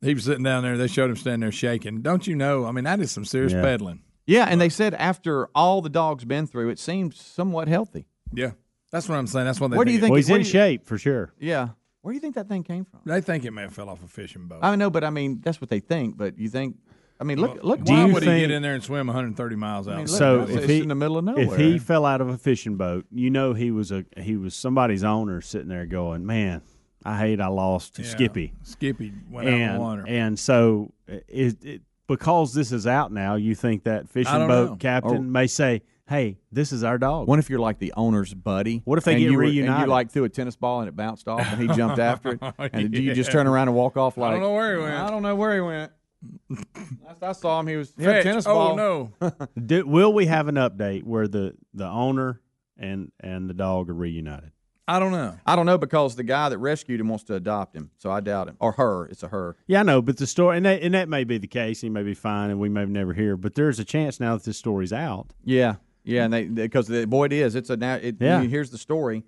D: He was sitting down there. They showed him standing there shaking. Don't you know? I mean, that is some serious
E: Yeah.
D: peddling.
C: Yeah, and they said after all the dog's been through, it seems somewhat healthy.
D: Yeah, that's what I'm saying. That's what they.
C: Where do you
D: it-
C: think-
E: well, he's
C: what
E: in
C: do you-
E: shape for sure.
C: Yeah. Where do you think that thing came from?
D: They think it may have fell off a fishing boat.
C: I know, but I mean, that's what they think. But you think, I mean, look, look,
D: Why
E: Do you
D: would he
E: think-
D: get in there and swim 130 miles out?
C: mean, look,
E: So
C: it's-
E: if
C: it's
E: he
C: in the middle of
E: if
C: nowhere.
E: he fell out of a fishing boat, you know he was a he was somebody's owner sitting there going, "Man, I hate I lost
D: Yeah.
E: Skippy."
D: Skippy went out in the
E: and
D: water.
E: and so uh, it, it because this is out now, you think that fishing
D: don't
E: boat
D: know.
E: captain
C: Or-
E: may say, "Hey, this is our dog."
C: What if you're like the owner's buddy?
E: What if they
C: and
E: get
C: you were- And
E: reunited?
C: you like threw a tennis ball and it bounced off, and he jumped after it,
D: Oh,
C: and you just turn around and walk off like
D: don't know where he went.
C: I don't know where he went. Last I saw him, he was he had a
D: Fetch.
C: tennis
D: Oh
C: ball.
D: no!
E: Do, will we have an update where the the owner and and the dog are reunited?
D: I don't know.
C: I don't know because the guy that rescued him wants to adopt him, so I doubt him or her. It's a her.
E: Yeah, I know, but the story and that, and that may be the case. He may be fine, and we may never hear. But there's a chance now that this story's out.
C: Yeah, yeah, and they because the boy it is. It's a now. It,
E: Yeah.
C: I mean, here's the story,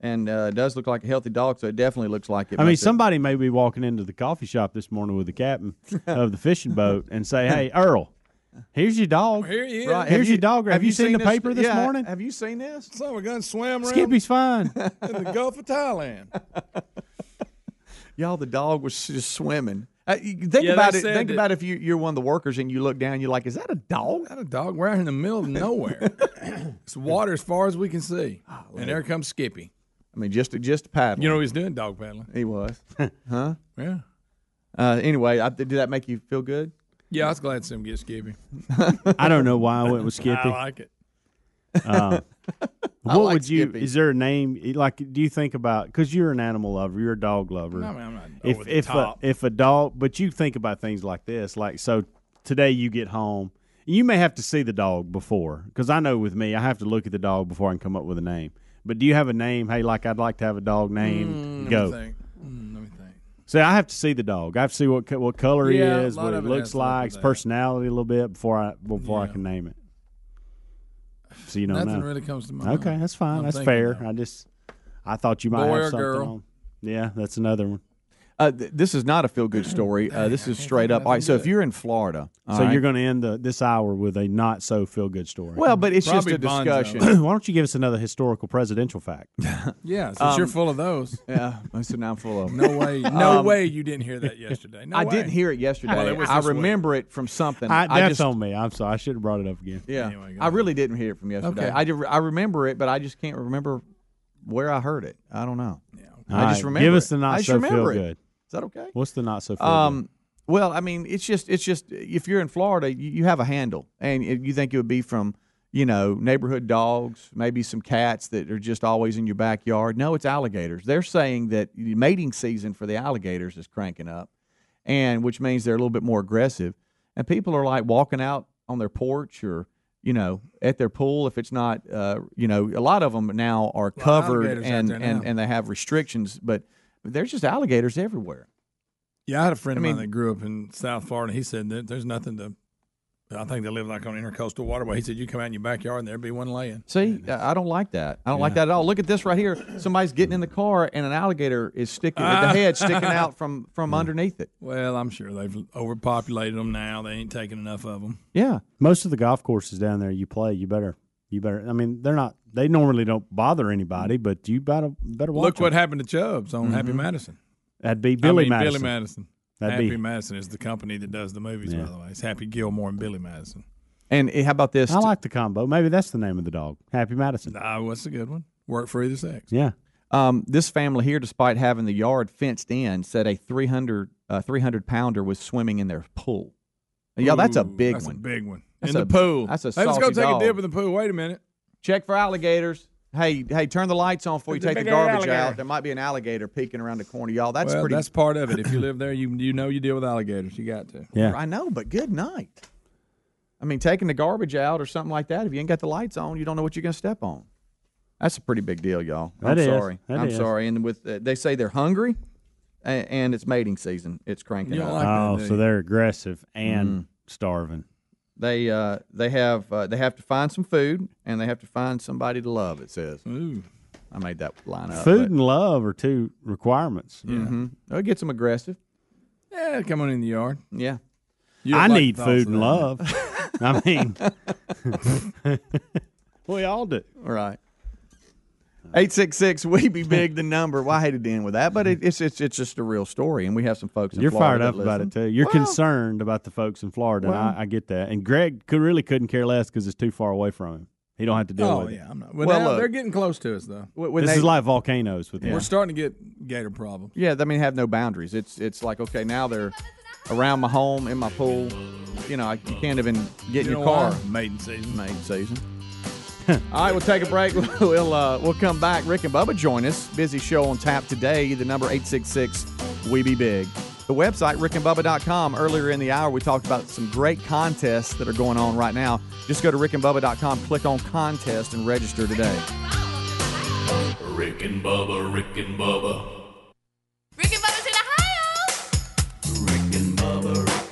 C: and uh, it does look like a healthy dog, so it definitely looks like it.
E: I mean,
C: must have-
E: somebody may be walking into the coffee shop this morning with the captain of the fishing boat and say, "Hey, Earl, here's your dog.
D: Here he is.
C: Right,
E: Here's your dog. Have, you seen, the
C: this-
E: paper this
C: yeah,
E: morning?
C: Have you seen this?
D: Son of a gun swam around
E: Skippy's fine."
D: in the Gulf of Thailand.
C: Y'all, the dog was just swimming. Uh, you- think
D: Yeah, they
C: about it.
D: said
C: Think
D: that-
C: about if you, you're one of the workers and you look down, you're like, "Is that a dog?"
D: Not a dog. We're out in the middle of nowhere. it's water as far as we can see, and there comes Skippy.
C: I mean, just just paddle.
D: You know what he's doing? Dog paddling.
C: he was.
D: Yeah.
C: Uh, anyway, I, did that make you feel good?
D: Yeah, I was glad to see him get Skippy.
E: I don't know why I went with Skippy.
D: I like it.
E: Um, what
C: like
E: would you?
C: Skippy.
E: Is there a name? Like, do you think about? Because you're an animal lover, you're a dog lover.
D: I mean, I'm not
E: if
D: over the
E: if a,
D: top.
E: if a dog, but you think about things like this. Like, so today you get home, you may have to see the dog before. Because I know with me, I have to look at the dog before I can come up with a name. But do you have a name? Hey, like I'd like to have a dog named.
D: let me
E: Go.
D: think. Mm, let me think.
E: So I have to see the dog. I have to see what co- what color
D: Yeah, a
E: he is,
D: lot
E: what it
D: of it has
E: looks
D: to look
E: like,
D: at
E: his
D: that.
E: personality a little bit before I before I
D: Yeah.
E: can name it. So you don't
D: Nothing
E: know.
D: really comes to mind.
E: Okay, that's fine.
D: I'm
E: that's
D: thinking
E: fair.
D: though.
E: I just I thought you might
D: Boy
E: have
D: or
E: something
D: girl?
E: on. Yeah, that's another one.
C: Uh, th- this is not a feel good story. Uh, this is straight up. All right. So if you're in Florida, all
E: so
C: right?
E: you're going to end the, this hour with a not so feel good story.
C: well, but it's just
D: Probably
C: a
D: Bonzo.
C: discussion.
E: Why don't you give us another historical presidential fact?
D: Yeah, since
C: Um,
D: you're full of those.
C: yeah. So now I'm full of. Um,
D: No way. No way you didn't hear that yesterday. No
C: I
D: way.
C: didn't hear it yesterday.
D: Well, it was
C: I
D: this week.
C: remember it from something.
E: I, that's
C: just,
E: on me. I'm sorry. I should have brought it up again.
C: Yeah,
D: Anyway, go
C: I really didn't hear it from yesterday.
D: Okay.
C: I, ju- I remember it, but I just can't remember where I heard it. I don't know.
E: All
C: I just
E: right,
C: remember
E: Give us
C: it.
E: the
C: I
E: not
C: just
E: so feel
C: remember it.
E: good.
C: Is that okay?
E: What's the not so feel
C: Um, well, I mean, it's just it's just if you're in Florida, you, you have a handle, and it- you think it would be from you know neighborhood dogs, maybe some cats that are just always in your backyard. No, it's alligators. They're saying that the mating season for the alligators is cranking up, and which means they're a little bit more aggressive. And people are like walking out on their porch or you know at their pool if it's not uh, you know a lot of them now are covered
D: alligators out
C: and
D: there
C: and,
D: now.
C: and they have restrictions, but there's just alligators everywhere.
D: Yeah, I had a friend of
C: I
D: mine
C: mean-
D: that grew up in South Florida. He said that there's nothing to. I think they live like on intercoastal waterway. He said you come out in your backyard and there'd be one laying.
C: See, I I don't like that. I don't like that at all. Look at this right here. Somebody's getting in the car, and an alligator is sticking with
D: Ah.
C: the head sticking out from from underneath it.
D: Well, I'm sure they've overpopulated them now. They ain't taking enough of them.
C: Yeah,
E: good? Most of the golf courses down there you play, you better, you better. I mean, they're not. They normally don't bother anybody, but you better better watch.
D: Look what
E: them.
D: happened to Chubbs on
C: Mm-hmm.
D: Happy Madison.
E: that'd be Billy
D: I mean,
E: Madison.
D: Billy Madison.
E: That'd
D: Happy
E: be-
D: Madison is the company that does the movies,
E: Yeah.
D: by the way. It's Happy Gilmore and Billy Madison.
C: and eh, how about this?
E: I like the combo. Maybe that's the name of the dog. Happy Madison.
D: Ah, what's a good one? Work for either sex.
E: Yeah.
C: Um, this family here, despite having the yard fenced in, said a 300, uh, 300 pounder was swimming in their pool. Yeah, that's a
D: Ooh,
C: big
D: that's
C: one.
D: A big one.
C: That's
D: in
C: a-
D: the pool.
C: that's a
D: Hey, let's go
C: saucy
D: take
C: dog.
D: a dip in the pool. Wait a minute.
C: Check for alligators. Hey, hey, turn the lights on before you
D: There's a
C: take the
D: big old
C: garbage
D: alligator.
C: out. There might be an alligator peeking around the corner, y'all. That's
D: well,
C: pretty.
D: that's part of it. If you live there, you you know you deal with alligators. You got to.
E: Yeah.
C: I know, but good night. I mean, taking the garbage out or something like that. If you ain't got the lights on, you don't know what you're going to step on. That's a pretty big deal, y'all. I'm
E: That is.
C: sorry.
E: That
C: I'm
E: is.
C: sorry. And with uh, they say they're hungry, and, and it's mating season. It's cranking
D: You don't
C: up.
D: like
E: Oh,
D: that, do
E: so
D: you?
E: they're aggressive and
C: Mm-hmm.
E: starving.
C: they uh, they have uh, they have to find some food and they have to find somebody to love. It says
D: Ooh.
C: I made that line up.
E: Food and love are two requirements.
C: but- Mhm. Oh, it gets them aggressive.
D: Yeah, come on in the yard.
C: Yeah.
D: You don't
E: I
D: like
E: need
D: the
E: food
D: thoughts of
E: and
D: that.
E: love. I mean, we all do.
C: All right. Eight six six, we be big. The number. Well, I hated to end with that, but it, it's it's it's just a real story, and we have some folks. In
E: You're
C: Florida
E: fired up
C: that
E: about it
C: listen.
E: too. You're
C: Well,
E: concerned about the folks in Florida, and I, I get that. And Greg could really couldn't care less because it's too far away from him. He don't have to deal
D: Oh
E: with it.
D: yeah, I'm not. Well,
C: Well,
D: now
C: look.
D: they're getting close to us though.
C: w- When
E: this
C: they,
E: is like volcanoes with him.
D: We're starting to get gator problems.
C: yeah, I mean, have no boundaries. It's it's like okay, now they're around my home, in my pool. You know, I, you can't even get in
D: You
C: your
D: know
C: car.
D: why? mating season.
C: Main season. All right, we'll take a break. We'll uh, we'll come back. Rick and Bubba join us. Busy show on tap today. The number 866 We Be Big. The website, rickandbubba.com. Earlier in the hour, we talked about some great contests that are going on right now. Just go to rickandbubba.com, click on contest, and register today.
G: Rick and Bubba, Rick and Bubba.
F: Rick and Bubba's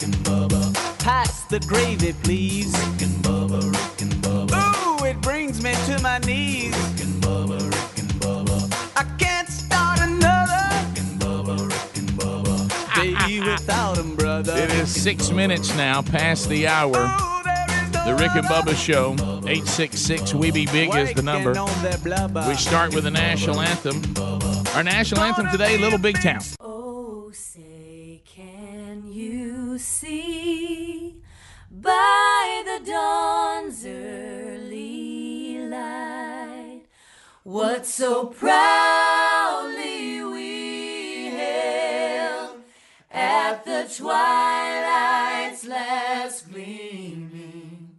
F: in Ohio.
K: Pass the gravy, please. Rick and Bubba, Rick and Bubba. Ooh, it brings me to my knees. Rick and Bubba, Rick and Bubba. I can't start another. Rick and Bubba, Rick and Bubba. Day without 'em, brother.
L: It is six minutes now past the hour.
K: Ooh, there is no
L: The Rick and
K: other.
L: Bubba Show, 866 We Be Big is the
K: Waking
L: number.
K: on that blubber.
L: We start with the national anthem. Our national anthem today, Little Big Town.
F: Oh, say, can you see by the dawn's early light what so proudly we hailed at the twilight's last gleaming,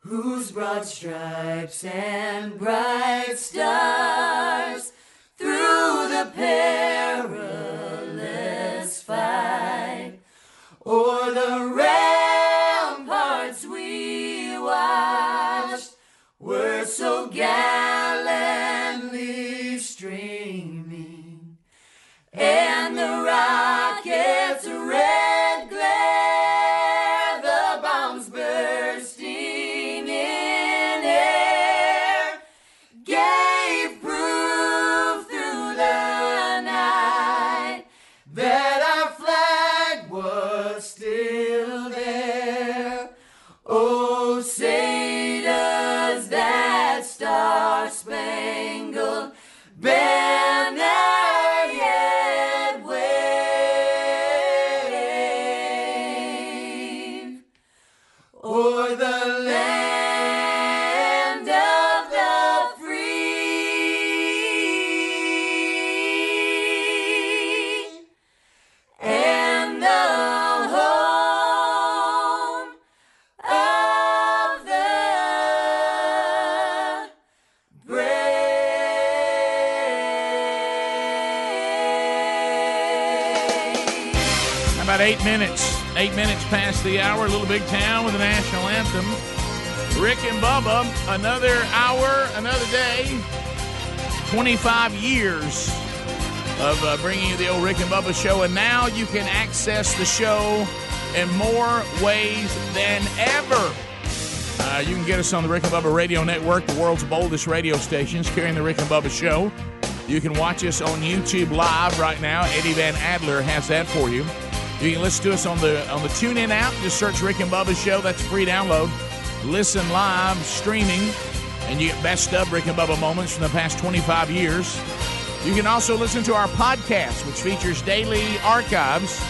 F: whose broad stripes and bright stars through the perilous fight. O'er the ramparts we watched were so gallantly streaming, and the rockets' red glare, the bombs bursting in air, gave proof through the night Oh,
M: about eight minutes. Eight minutes past the hour. Little Big Town with the national anthem. Rick and Bubba, another hour, another day. 25 years of uh, bringing you the old Rick and Bubba show. And now you can access the show in more ways than ever. Uh, you can get us on the Rick and Bubba Radio Network, the world's boldest radio stations carrying the Rick and Bubba show. You can watch us on YouTube live right now. Eddie Van Adler has that for you. You can listen to us on the on the TuneIn app. Just search Rick and Bubba Show. That's a free download. Listen live streaming, and you get best of Rick and Bubba moments from the past 25 years. You can also listen to our podcast, which features daily archives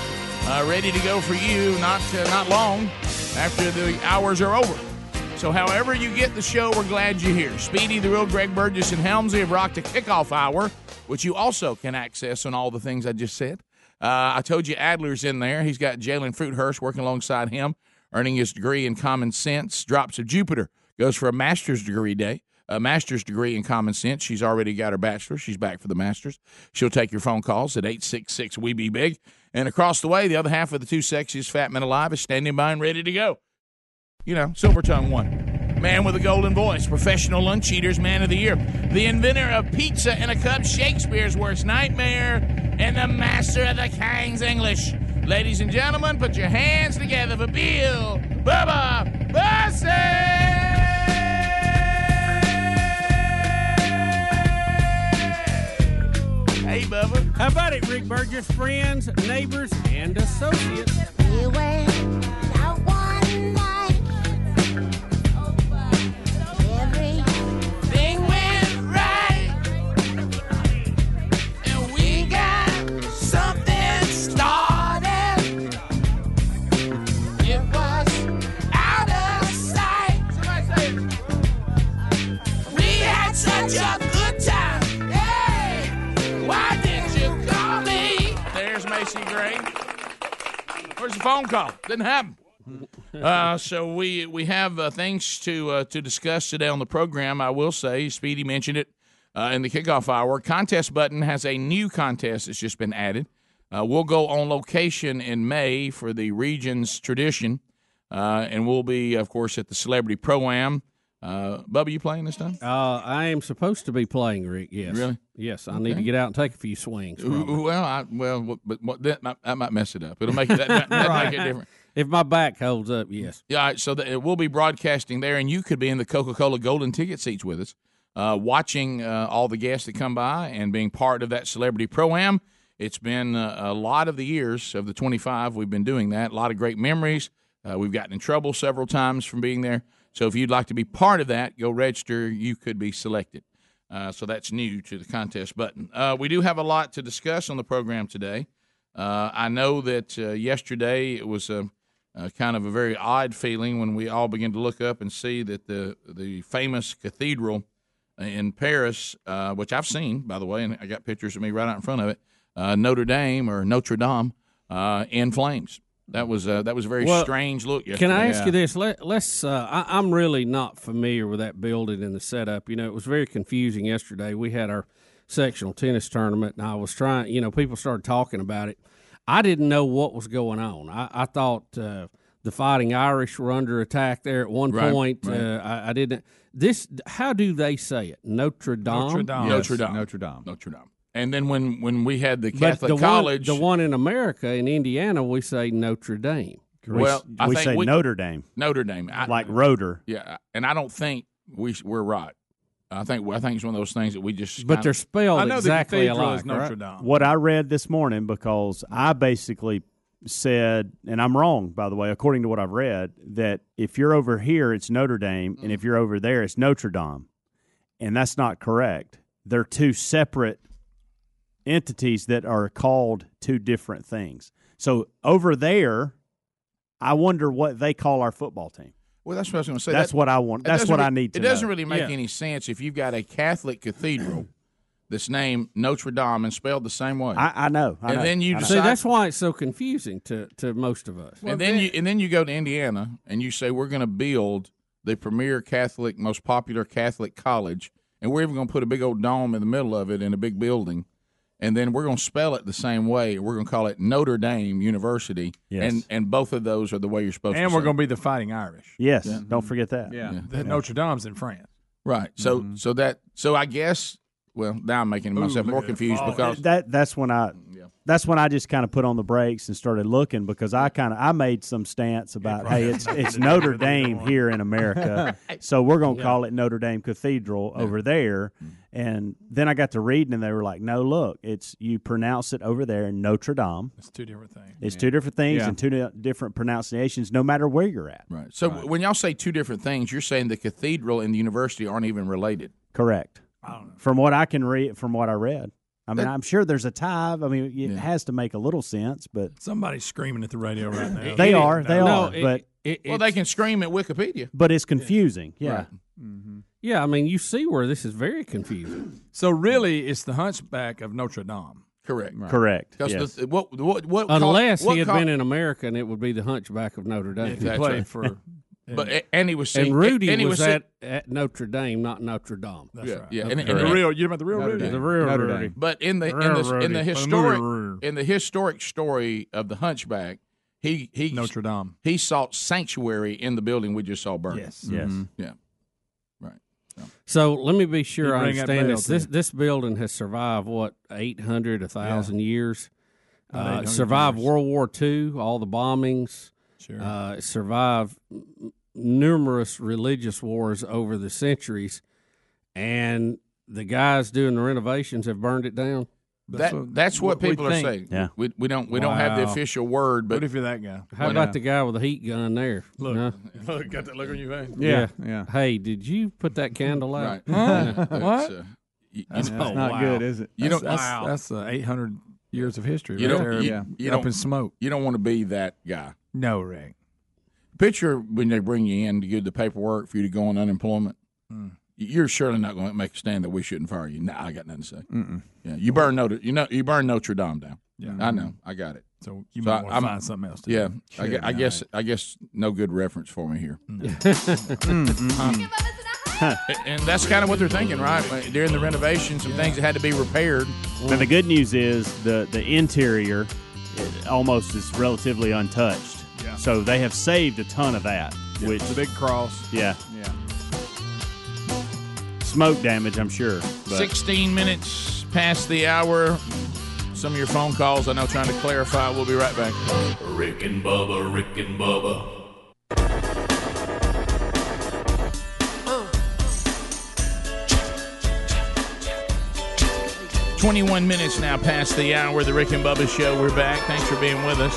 M: uh, ready to go for you not uh, not long after the hours are over. So, however you get the show, we're glad you're here. Speedy, the real Greg Burgess, and Helmsy have rocked a kickoff hour, which you also can access on all the things I just said. Uh, I told you Adler's in there. He's got Jalen Fruithurst working alongside him, earning his degree in common sense. Drops of Jupiter goes for a master's degree day, a master's degree in common sense. She's already got her bachelor's. She's back for the master's. She'll take your phone calls at eight six six we be big. And across the way, the other half of the two sexiest fat men alive is standing by and ready to go you know, silver tongue one. Man with a golden voice, professional lunch eaters, man of the year, the inventor of pizza in a cup, Shakespeare's worst nightmare, and the master of the King's English. Ladies and gentlemen, put your hands together for Bill Bubba Bussett! Hey, Bubba.
N: How about it, Rick Burgess? Friends, neighbors, and associates.
F: Everything went right, and we got something started. It was out of sight. We had such a good time. Hey, why did you call me?
M: There's Macy Gray. Where's the phone call? Didn't happen. Uh, so we we have uh, things to uh, to discuss today on the program. I will say, Speedy mentioned it uh, in the kickoff hour. Contest button has a new contest that's just been added. Uh, we'll go on location in May for the region's tradition, uh, and we'll be, of course, at the Celebrity Pro Am. Uh, Bubba, you playing this time?
N: Uh, I am supposed to be playing, Rick. Yes.
M: Really?
N: Yes. I need
M: Okay.
N: to get out and take a few swings.
M: Ooh,
N: probably.
M: Well, I, well, what- but what, that, might, that might mess it up. It'll make that, that, that
N: Right.
M: make it different.
N: If my back holds up, yes.
M: Yeah, all right, so that we'll be broadcasting there, and you could be in the Coca Cola Golden Ticket seats with us, uh, watching uh, all the guests that come by and being part of that celebrity pro am. It's been uh, a lot of the years of the 25 we've been doing that. A lot of great memories. Uh, we've gotten in trouble several times from being there. So if you'd like to be part of that, go register. You could be selected. Uh, so that's new to the contest button. Uh, we do have a lot to discuss on the program today. Uh, I know that uh, yesterday it was a, a kind of a very odd feeling when we all began to look up and see that the the famous cathedral in Paris, uh, which I've seen by the way, and I got pictures of me right out in front of it, uh, Notre Dame or Notre Dame uh, in flames. That was uh, that was a very
N: Well,
M: strange look. Yesterday.
N: Can I ask you this? Let, let's. Uh, I, I'm really not familiar with that building and the setup. You know, it was very confusing yesterday. We had our sectional tennis tournament, and I was trying. You know, people started talking about it. I didn't know what was going on. I, I thought uh, the Fighting Irish were under attack there at one
M: Right,
N: point.
M: right.
N: Uh, I, I didn't. This. How do they say it? Notre Dame.
M: Notre Dame. Notre
O: Dame.
M: Notre Dame. And then when, when we had the
N: But
M: Catholic
N: the
M: College,
N: one, the one in America in Indiana, we say Notre Dame.
M: Well, I
E: we
M: think
E: say
M: we-
E: Notre Dame,
M: Notre Dame, I,
E: like Rotor.
M: yeah, and I don't think we sh- we're right. I think I think it's one of those things that we just.
E: But
M: kinda-
E: they're spelled
N: I know the exactly cathedral is alike, Notre right? Dame.
E: What I read this morning, because I basically said, and I'm wrong, by the way, according to what I've read, that if you're over here, it's Notre Dame, and
N: Mm.
E: if you're over there, it's Notre Dame. And that's not correct. They're two separate entities that are called two different things. So over there, I wonder what they call our football team.
M: Well, that's what I was going to say.
E: That's
M: That-
E: what I want.
M: it
E: That's
M: doesn't
E: what
M: re-
E: I need to
M: It doesn't
E: know.
M: really make
E: Yeah.
M: any sense if you've got a Catholic cathedral that's named Notre Dame and spelled the same way.
E: I, I know. Oh, I
M: And
E: know,
M: then
E: I
M: you
E: know.
M: decide.
N: See, that's why it's so confusing to, to most of us.
M: and then you and then you go to Indiana and you say we're going to build the premier Catholic, most popular Catholic college, and we're even going to put a big old dome in the middle of it in a big building, and then we're going to spell it the same way. We're going to call it Notre Dame University,
D: Yes.
M: and and both of those are the way you're supposed to.
D: and we're
M: say it.
D: going to be the Fighting Irish.
E: Yes, don't forget that.
D: Yeah, that Notre Dame's in France.
M: Right. So so that so I guess well now I'm making
D: Ooh,
M: myself
D: look
M: more
D: at Oh,
M: confused
D: Paul.
M: because
E: that that's when I that's when I just kind of put on the brakes and started looking because I kind of I made some stance about hey it's it's Notre Dame here in America so we're gonna call it Notre Dame Cathedral over there
M: Mm-hmm.
E: and then I got to reading and they were like no look it's you pronounce it over there Notre Dame
D: It's two different things.
E: it's two different things
M: Yeah.
E: and two di- different pronunciations no matter where you're at
M: right so when y'all say two different things, you're saying the cathedral and the university aren't even related.
E: correct from what I can read from what I read I mean
M: That-
E: I'm sure there's a tie I mean it has to make a little sense but
D: Somebody's screaming at the radio right now.
E: They are, they No, are, it- but-
M: well, they can scream at Wikipedia.
E: but it's confusing yeah.
M: Right.
N: Yeah, I mean, you see where this is very confusing.
D: So really, it's the Hunchback of Notre Dame.
M: Correct.
E: Correct.
M: Because the, what what what
N: Unless
M: what
N: he had
M: col-
N: been in America, and it would be the Hunchback of Notre Dame.
M: That's right. but and he was singing,
N: and Rudy
M: and he
N: was,
M: sing-
N: at, at Notre Dame, not Notre Dame.
M: That's Yeah, right. yeah, and- and the Correct. real- you talking about the real Notre Rudy? Dame.
N: The real
M: Notre
N: Rudy.
M: Dame. But in the in the in the historic in the historic story of the Hunchback, he he
D: Notre Dame.
M: He sought sanctuary in the building we just saw burn. Mm-hmm.
D: Yes. Yes. Mhm.
M: yeah.
N: So let me be
M: You
N: sure I
M: bring that
N: understand
M: bell
N: this.
M: to
N: This this building has survived what eight hundred, a thousand years.
D: About
N: Uh,
D: 800
N: it survived World War II, all the bombings.
D: Sure.
N: Uh, it survived m- numerous religious wars over the centuries, and the guys doing the renovations have burned it down.
M: That, that's what, people are saying. we, we don't we don't have the
N: Wow.
M: official word, but
N: What if
D: you're that guy?
N: How
M: Well,
N: about
M: yeah.
N: the guy with the heat gun there?
D: Look,
N: Huh?
D: look, got that look on your face.
N: Hey, did you put that candle out?
D: Right. Huh?
N: Yeah. uh,
D: What?
M: uh,
D: That's
N: Oh,
D: not
N: wow.
D: good, is it?
M: You
D: that's,
M: don't-
D: That's,
M: wow.
D: that's, uh, 800 years of history.
M: you
D: right
M: don't
D: there,
M: you,
D: yeah.
M: you
D: up
M: don't,
D: in smoke.
M: You don't want to be that guy.
D: No, Rick.
M: Picture when they bring you in to give the paperwork for you to go on unemployment.
D: Mm.
M: You're surely not going to make a stand that we shouldn't fire you. Nah, I got nothing to say.
D: Mm-mm.
M: Yeah, you burn Notre you know you burn Notre Dame down.
D: Mm. Yeah.
M: I know. I got it.
D: So you
M: So
D: might
M: I-
D: want to
M: I'm-
D: find something else. To
M: yeah,
D: do.
M: I, gue- I guess I guess no good reference for me here.
D: Mm. Mm-hmm.
M: Huh. and that's kind of what they're thinking, right? Like, During the renovation, some things that had to be repaired.
E: And the good news is the the interior it almost is relatively untouched.
M: Yeah.
E: So they have saved a ton of that. Which
D: the big cross.
E: Yeah.
D: Yeah.
E: Smoke damage, I'm sure. But
M: 16 minutes past the hour. Some of your phone calls, I know, trying to clarify. We'll be right back.
G: Rick and Bubba, Rick and Bubba,
F: Uh,
M: 21 minutes now past the hour. The Rick and Bubba Show. We're back. Thanks for being with us.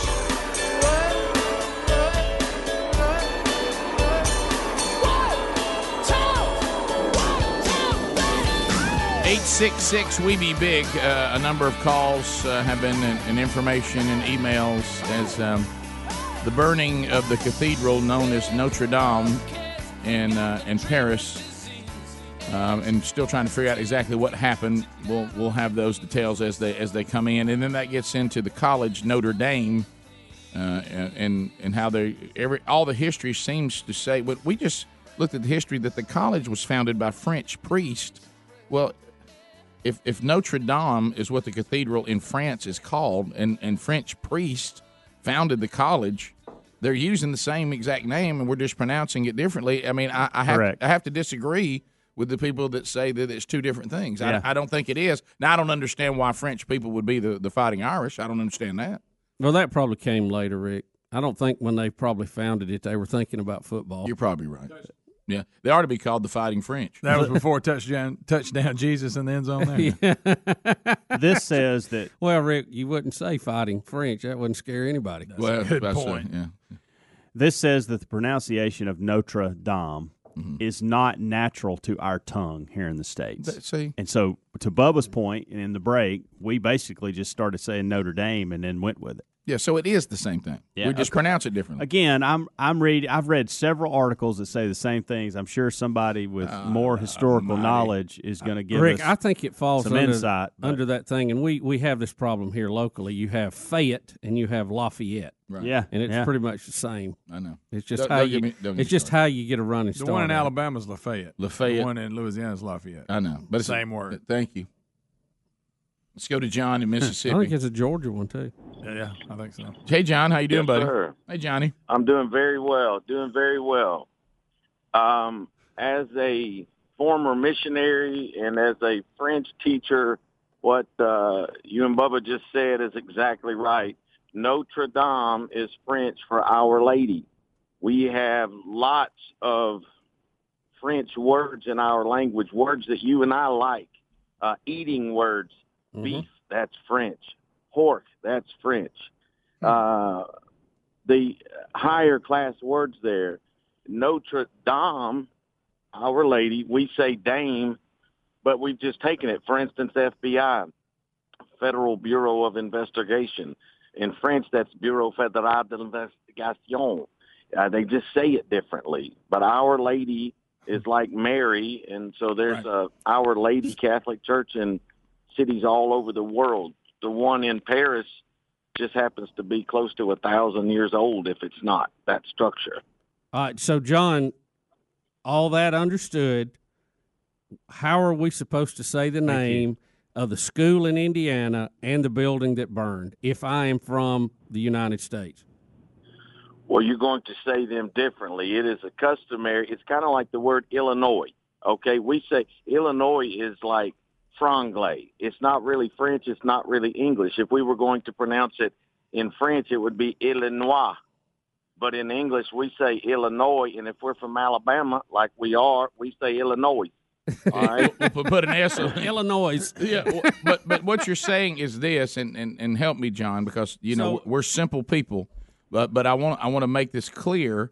M: Eight six six, we be big. Uh, a number of calls uh, have been and, and information and emails as um, the burning of the cathedral known as Notre Dame in uh, in Paris, um, and still trying to figure out exactly what happened. We'll we'll have those details as they as they come in, and then that gets into the college Notre Dame uh, and and how they every all the history seems to say. But we just looked at the history that the college was founded by French priests. Well, if if Notre Dame is what the cathedral in France is called, and and French priests founded the college, they're using the same exact name, and we're just pronouncing it differently. I mean, I, I have
E: Correct.
M: I have to disagree. With the people that say that it's two different things,
E: Yeah.
M: I, I don't think it is. Now, I don't understand why French people would be the, the fighting Irish. I don't understand that.
N: Well, that probably came later, Rick. I don't think when they probably founded it, they were thinking about football.
M: You're probably right. Yeah, they ought to be called the Fighting French.
D: That was before touchdown touchdown Jesus in the end zone there.
E: this says that.
N: Well, Rick, you wouldn't say fighting French. That wouldn't scare anybody.
M: Well, good that's a- point. yeah.
E: this says that the pronunciation of Notre Dame
M: Mm-hmm.
E: is not natural to our tongue here in the States.
M: That- see?
E: And so to Bubba's point and in the break, we basically just started saying Notre Dame and then went with it.
M: Yeah, so it is the same thing.
E: Yeah,
M: we just
E: okay.
M: pronounce it differently.
E: Again, I'm I'm read I've read several articles that say the same things. I'm sure somebody with
M: Uh,
E: more historical knowledge is going to give
N: Rick,
E: us
N: I think it falls
E: some
N: under,
E: insight. but-
N: under that thing, and we we have this problem here locally. You have Fayette and you have Lafayette,
M: Right.
E: Yeah,
N: and it's
E: yeah.
N: pretty much the same.
M: I know.
N: It's just
D: Don't-
N: how
D: don't
N: you
D: get me- don't get
N: it's
D: me
N: just how you get a running
D: The
N: start.
D: one in
N: on it.
D: Alabama's Lafayette.
M: Lafayette.
D: The one in Louisiana's Lafayette.
M: I know, but it's
D: same word.
M: Thank you. Let's go to John in Mississippi.
N: I think it's a Georgia one too.
D: Yeah, I think so.
M: Hey, John, how you doing,
N: Yes,
M: buddy?
N: sir.
M: Hey, Johnny.
P: I'm doing very well. Doing very well. Um, as a former missionary and as a French teacher, what uh, you and Bubba just said is exactly right. Notre Dame is French for Our Lady. We have lots of French words in our language, words that you and I like. Uh, eating words, beef, that's French. Horse, that's French. Uh, the higher class words there. Notre Dame, Our Lady, we say Dame, but we've just taken it. For instance, FBI, Federal Bureau of Investigation. In French, that's Bureau Fédéral d'Investigation. Uh, they just say it differently. But Our Lady is like Mary, and so there's a Our Lady Catholic Church in cities all over the world. The one in Paris just happens to be close to a thousand years old if it's not that structure.
N: All right, so John, all that understood. How are we supposed to say the name of the school in Indiana and the building that burned if I am from the United States?
P: Well, you're going to say them differently. It is a customary. It's kind of like the word Illinois. Okay, we say Illinois is like franglais. It's not really French. It's not really English. If we were going to pronounce it in French, it would be Illinois. But in English, we say Illinois, and if we're from Alabama, like we are, we say Illinois. All right.
M: Put put an S on it.
N: Illinois.
M: Yeah, well, but but what you're saying is this, and, and, and help me, John, because you know
N: So-
M: we're simple people, but but I want I want to make this clear.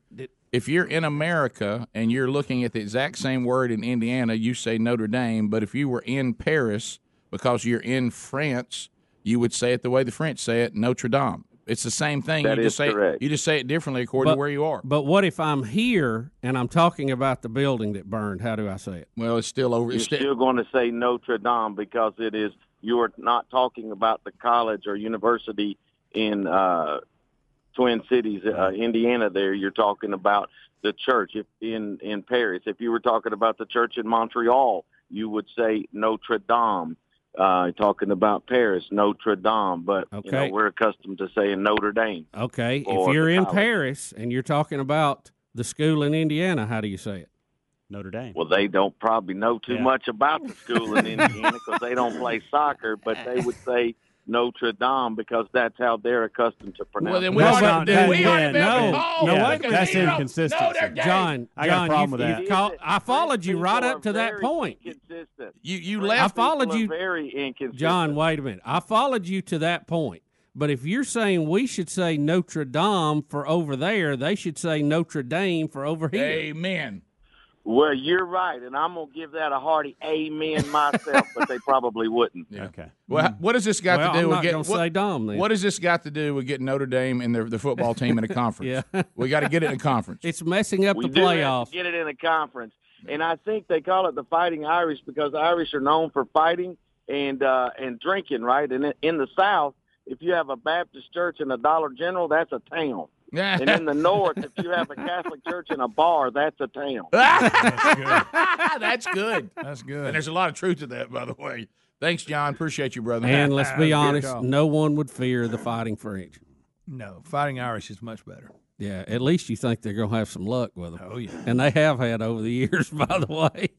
M: If you're in America and you're looking at the exact same word in Indiana, you say Notre Dame. But if you were in Paris because you're in France, you would say it the way the French say it, Notre Dame. It's the same thing.
N: That
M: you
N: is
M: just say
N: correct.
M: It, you just say it differently according to where you are.
N: But what if I'm here and I'm talking about the building that burned? How do I say it?
M: Well, it's still over.
P: You're still going to say Notre Dame because it is. You are not talking about the college or university in uh, Twin Cities, uh, Indiana. There, you're talking about the church if, in in Paris. If you were talking about the church in Montreal, you would say Notre Dame. Uh, talking about Paris, Notre Dame, but you know
N: Okay.
P: we're accustomed to saying Notre Dame.
N: Okay,
P: Or
N: if you're
P: the
N: in
P: college.
N: Paris and you're talking about the school in Indiana, how do you say it?
E: Notre Dame.
P: Well, they don't probably know too
N: Yeah.
P: much about the school in Indiana because they don't play soccer, but they would say Notre Dame because that's how they're accustomed to pronounce.
M: Well, then
P: it.
M: we ought to- then we ought to
N: Yeah,
M: be able to
N: no,
M: call
N: no,
M: them
N: wait a
M: a
N: minute.
M: zero.
E: inconsistency.
M: Notre Dame.
N: John,
E: I got a
N: John,
E: problem
N: you've-
E: with that.
N: you've called- I followed you right up to that point.
P: Consistent.
M: You you
N: I followed you,
P: very inconsistent.
N: John. Wait a minute. I followed you to that point. But if you're saying we should say Notre Dame for over there, they should say Notre Dame for over here.
M: Amen.
P: Well, you're right, and I'm gonna give that a hearty amen myself, but they probably wouldn't.
E: Okay.
M: Well, what does this
N: Hmm.
M: got
N: Well,
M: to do
N: I'm
M: with
N: not
M: getting
N: gonna
M: what,
N: say Dom then.
M: what does this got to do with getting Notre Dame and their the football team in a conference?
N: Yeah.
M: we got to get it in a conference.
N: It's messing up
P: we
N: the
P: do have
N: playoffs.
P: to get it in a conference. And I think they call it the Fighting Irish because the Irish are known for fighting and uh, and drinking, right? And in- in the South, if you have a Baptist church and a Dollar General, that's a town. and in the North, if you have a Catholic church and a bar, that's a town.
M: That's good. That's good. And there's a lot of truth to that, by the way. Thanks, John. Appreciate you, brother.
N: And let's be honest,
M: call.
N: no one would fear the Fighting French.
D: No, Fighting Irish is much better.
N: Yeah, at least you think they're gonna have some luck with them.
D: Oh, yeah.
N: and they have had over the years, by the way.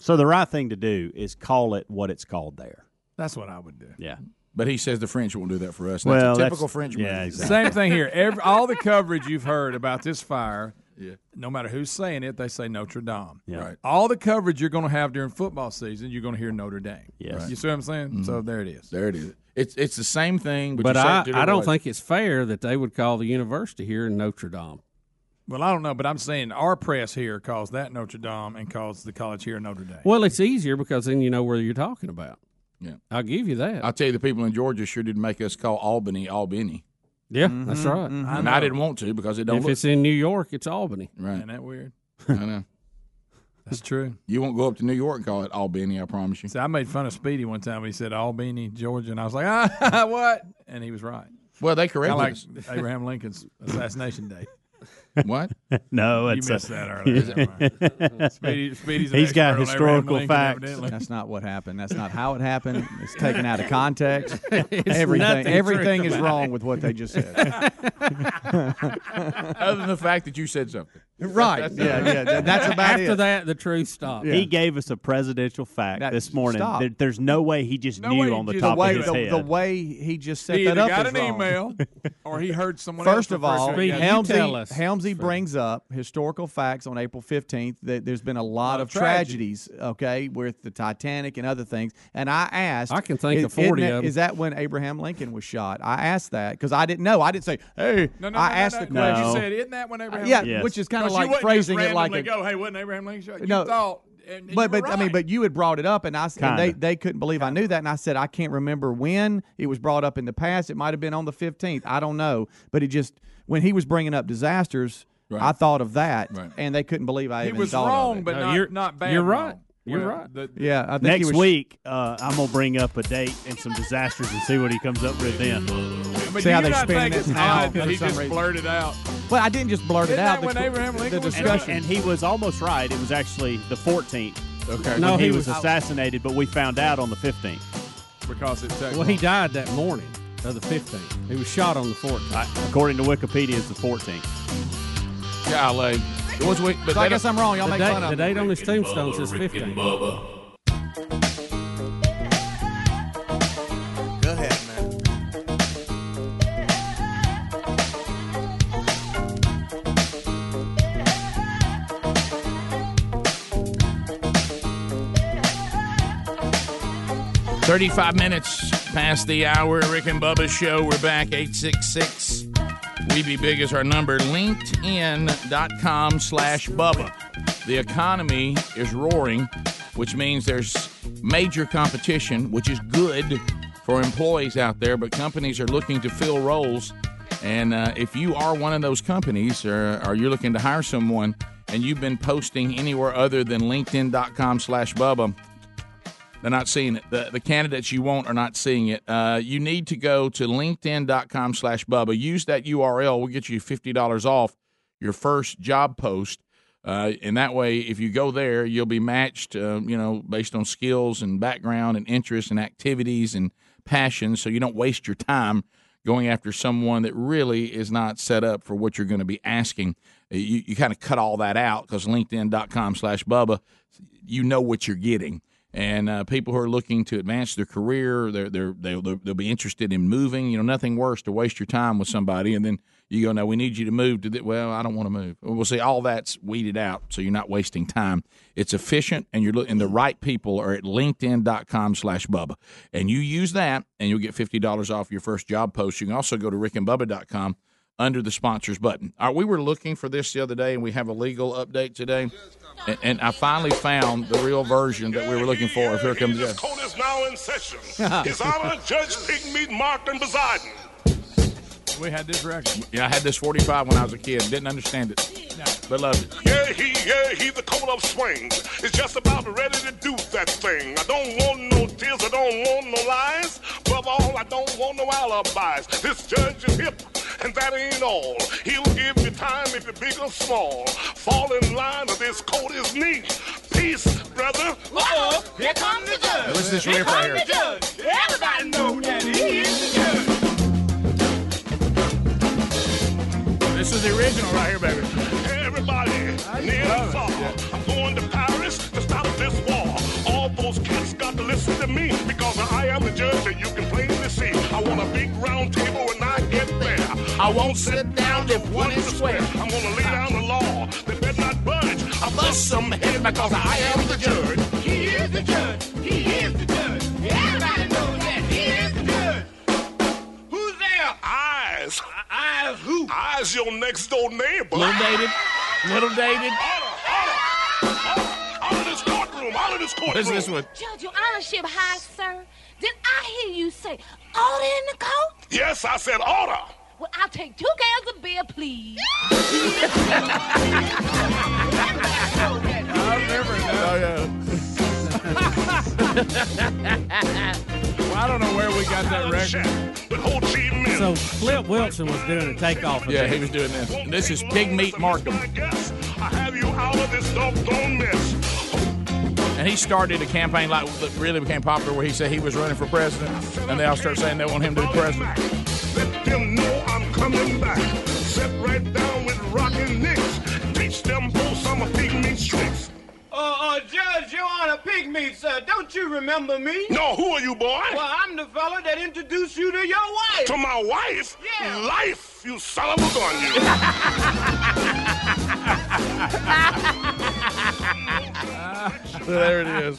E: So the right thing to do is call it what it's called there.
D: That's what I would do.
E: Yeah.
M: But he says the French won't do that for us.
E: Well,
M: that's a
E: that's-
M: typical French
E: yeah,
M: move.
E: exactly.
D: Same thing here. Every, all the coverage you've heard about this fire,
M: Yeah.
D: no matter who's saying it, they say Notre Dame.
E: Yeah. Right.
D: All the coverage you're going to have during football season, you're going to hear Notre Dame.
E: Yes.
D: You see what I'm saying? So there it is.
M: There it is. Mm-hmm. It's it's the same thing, but,
N: but
M: you say
N: I,
M: it two
N: I
M: different
N: don't
M: ways.
N: think it's fair that they would call the university here in Notre Dame.
D: Well, I don't know, but I'm saying our press here calls that Notre Dame and calls the college here Notre Dame.
N: Well, it's easier because then you know where you're talking about.
M: Yeah.
N: I'll give you that.
M: I'll tell you, the people in Georgia sure did make us call Albany Albany. Mm-hmm.
N: yeah, that's right.
M: And I didn't want to because it don't
N: If
M: look
N: it's in New York, it's Albany.
M: right.
D: Isn't that weird?
M: I know.
D: That's true.
M: You won't go up to New York and call it Albany, I promise you.
D: See, I made fun of Speedy one time. when He said Albany, Georgia, and I was like, ah, what? And he was right.
M: Well, they corrected
D: I like
M: us.
D: Abraham Lincoln's assassination day.
M: What?
E: no,
M: You
E: Oh, it's uh,
M: missed that earlier. Is that right? Speedy- Speedy's an
E: he's got
M: expert on every animal
E: historical
M: in Lincoln,
E: facts.
C: That's not what happened. That's not how it happened. It's taken out of context.
M: It's nothing
C: everything
M: true
C: everything is
M: about
C: wrong
M: it.
C: with what they just said.
M: Other than the fact that you said something.
C: Right.
M: That's-
C: Yeah, yeah. that- That's about
N: After
C: it.
N: that, the truth stopped.
E: He gave us a presidential fact
C: That-
E: this morning.
C: stop.
E: There- there's no way he just
C: way
E: knew
C: he
E: on the
C: just
E: top
C: the way,
E: of his
C: the,
E: head.
C: the way he just set
M: He
C: that
M: either
C: up
M: got
C: is
M: an
C: wrong.
M: email or he heard someone else.
C: First of
M: refer to
C: all,
M: it. Yeah, you tell
C: Helmsy,
M: us.
C: Helmsy brings up historical facts on April 15th that there's been a lot of
M: tragedy.
C: tragedies, okay, with the Titanic and other things. And I asked,
N: I can think
C: is,
N: of 40
C: isn't
N: of
C: that-
N: 'em.
C: Is that when Abraham Lincoln was shot? I asked that because I didn't know. I didn't say, hey,
M: No, no,
C: I
M: no, no,
C: asked
M: no,
C: the
M: no.
C: question.
M: You said, isn't that when Abraham?
C: Yeah,
M: Lincoln-"
C: which is kind
M: 'Cause
C: of
M: you
C: like
M: wouldn't just
C: phrasing it like
M: randomly
C: a-
M: go, hey, wasn't Abraham Lincoln? shot?" You
C: No.
M: thought, and, and
C: but
M: you
C: but
M: were
C: I mean,
M: right.
C: but you had brought it up, and I s- and they
M: Kinda.
C: they couldn't believe I knew that, and I said I can't remember when it was brought up in the past. It might have been on the fifteenth, I don't know, but it just when he was bringing up disasters, I thought of that, and they couldn't believe I
M: He
C: even
M: was
C: thought of
M: wrong,
C: it.
M: but not, not bad. wrong. Well, the-
C: yeah, I think he
E: next
C: was-
E: week uh, I'm gonna bring up a date and some disasters and see what he comes up with then.
M: But you not think it's odd that he just blurted out.
C: But I didn't just blurt
E: it
M: Isn't
E: out.
M: that when
E: the,
M: Abraham Lincoln
E: the
M: was
E: discussion,
M: shot?
E: and he was almost right. It was actually the 14th.
M: Okay.
E: when
M: No,
E: he,
M: he
E: was,
M: was-
E: assassinated, but we found out on the 15th.
M: because it took.
N: Well, he died that morning of the 15th. He was shot on the 14th.
E: according to Wikipedia, it's the 14th.
M: Golly. It was we, but
N: So I
M: they
N: guess
M: don't-
N: I'm wrong. Y'all The make date- fun of the me. date on his tombstone says
G: Rick and
N: 15.
G: Bubba.
A: Go ahead, man.
M: Thirty-five minutes past the hour. Rick and Bubba show. We're back. Eight six six. We be big is our number. LinkedIn.com slash Bubba. The economy is roaring, which means there's major competition, which is good for employees out there. But companies are looking to fill roles And uh, if you are one of those companies or, or you're looking to hire someone and you've been posting anywhere other than LinkedIn.com slash Bubba, they're not seeing it. The, the candidates you want are not seeing it. Uh, you need to go to LinkedIn.com slash Bubba. Use that URL. We'll get you $50 off your first job post. Uh, and that way, if you go there, you'll be matched, uh, you know, based on skills and background and interests and activities and passions. So you don't waste your time going after someone that really is not set up for what you're going to be asking. Uh, You, you kind of cut all that out because LinkedIn.com slash Bubba, you know what you're getting. And uh, people who are looking to advance their career, they're, they're, they'll, they'll be interested in moving. You know, nothing worse to waste your time with somebody and then you go, no, we need you to move to the, well, I don't want to move. We'll see, all that's weeded out, so you're not wasting time. It's efficient, and you're looking, the right people are at linkedin.com slash Bubba. And you use that, and you'll get $50 off your first job post. You can also go to rickandbubba.com under the sponsors button. All right, we were looking for this the other day, and we have a legal update today. And, and I finally found the real version that we were looking for. Here comes
Q: This
M: Jeff.
Q: court is now in session. His Honor Judge Pigmeat Markton presiding.
M: We had this record. Yeah, I had this 45 when I was a kid. Didn't understand it, but loved it.
Q: Yeah, he, yeah, he, the coat of swings. Is just about ready to do that thing. I don't want no tears, I don't want no lies. Above all, I don't want no alibis. This judge is hip, and that ain't all. He'll give you time if you're big or small. Fall in line, or this coat is neat. Peace, brother. Uh-oh, here comes the judge.
M: Now, listen to this riff right here.
Q: judge. Everybody know that he is the judge.
M: This is the original right here, baby.
Q: Everybody, near and far, I'm going to Paris to stop this war. All those cats got to listen to me because I am the judge that you can plainly see. I want a big round table when I get there. I won't sit down if one is square. I'm gonna lay down the law. They better not budge. I bust some head because I am the judge. He is the judge. He is the judge. Everybody knows that he is the judge. Who's there? Eyes. Eyes who? Eyes your next door neighbor.
M: Little dated. Little dated.
Q: Out of this courtroom. Out of this courtroom.
M: Listen to this one.
R: Judge, your honorship high, sir. Did I hear you say order in the court?
Q: Yes, I said order.
R: Well, I'll take two cans of beer, please.
M: I remember now. Oh, yeah.
L: I don't know where we got that record.
N: So Flip Wilson was doing a takeoff.
L: Yeah, he was doing this.
M: This is Pig Meat Markham. And he started a campaign like that really became popular where he said he was running for president, and they all start saying they want him to be president.
Q: Them know I'm coming back. Sit right down with rockin' nicks. Teach them bulls I'm a pygmy tricks.
S: Uh, uh, Judge, Your Honor, Pigmeat, sir, don't you remember me?
Q: No, who are you, boy?
S: Well, I'm the fella that introduced you to your wife.
Q: To my wife?
S: Yeah.
Q: Life, you son of a gun, you.
M: there it is.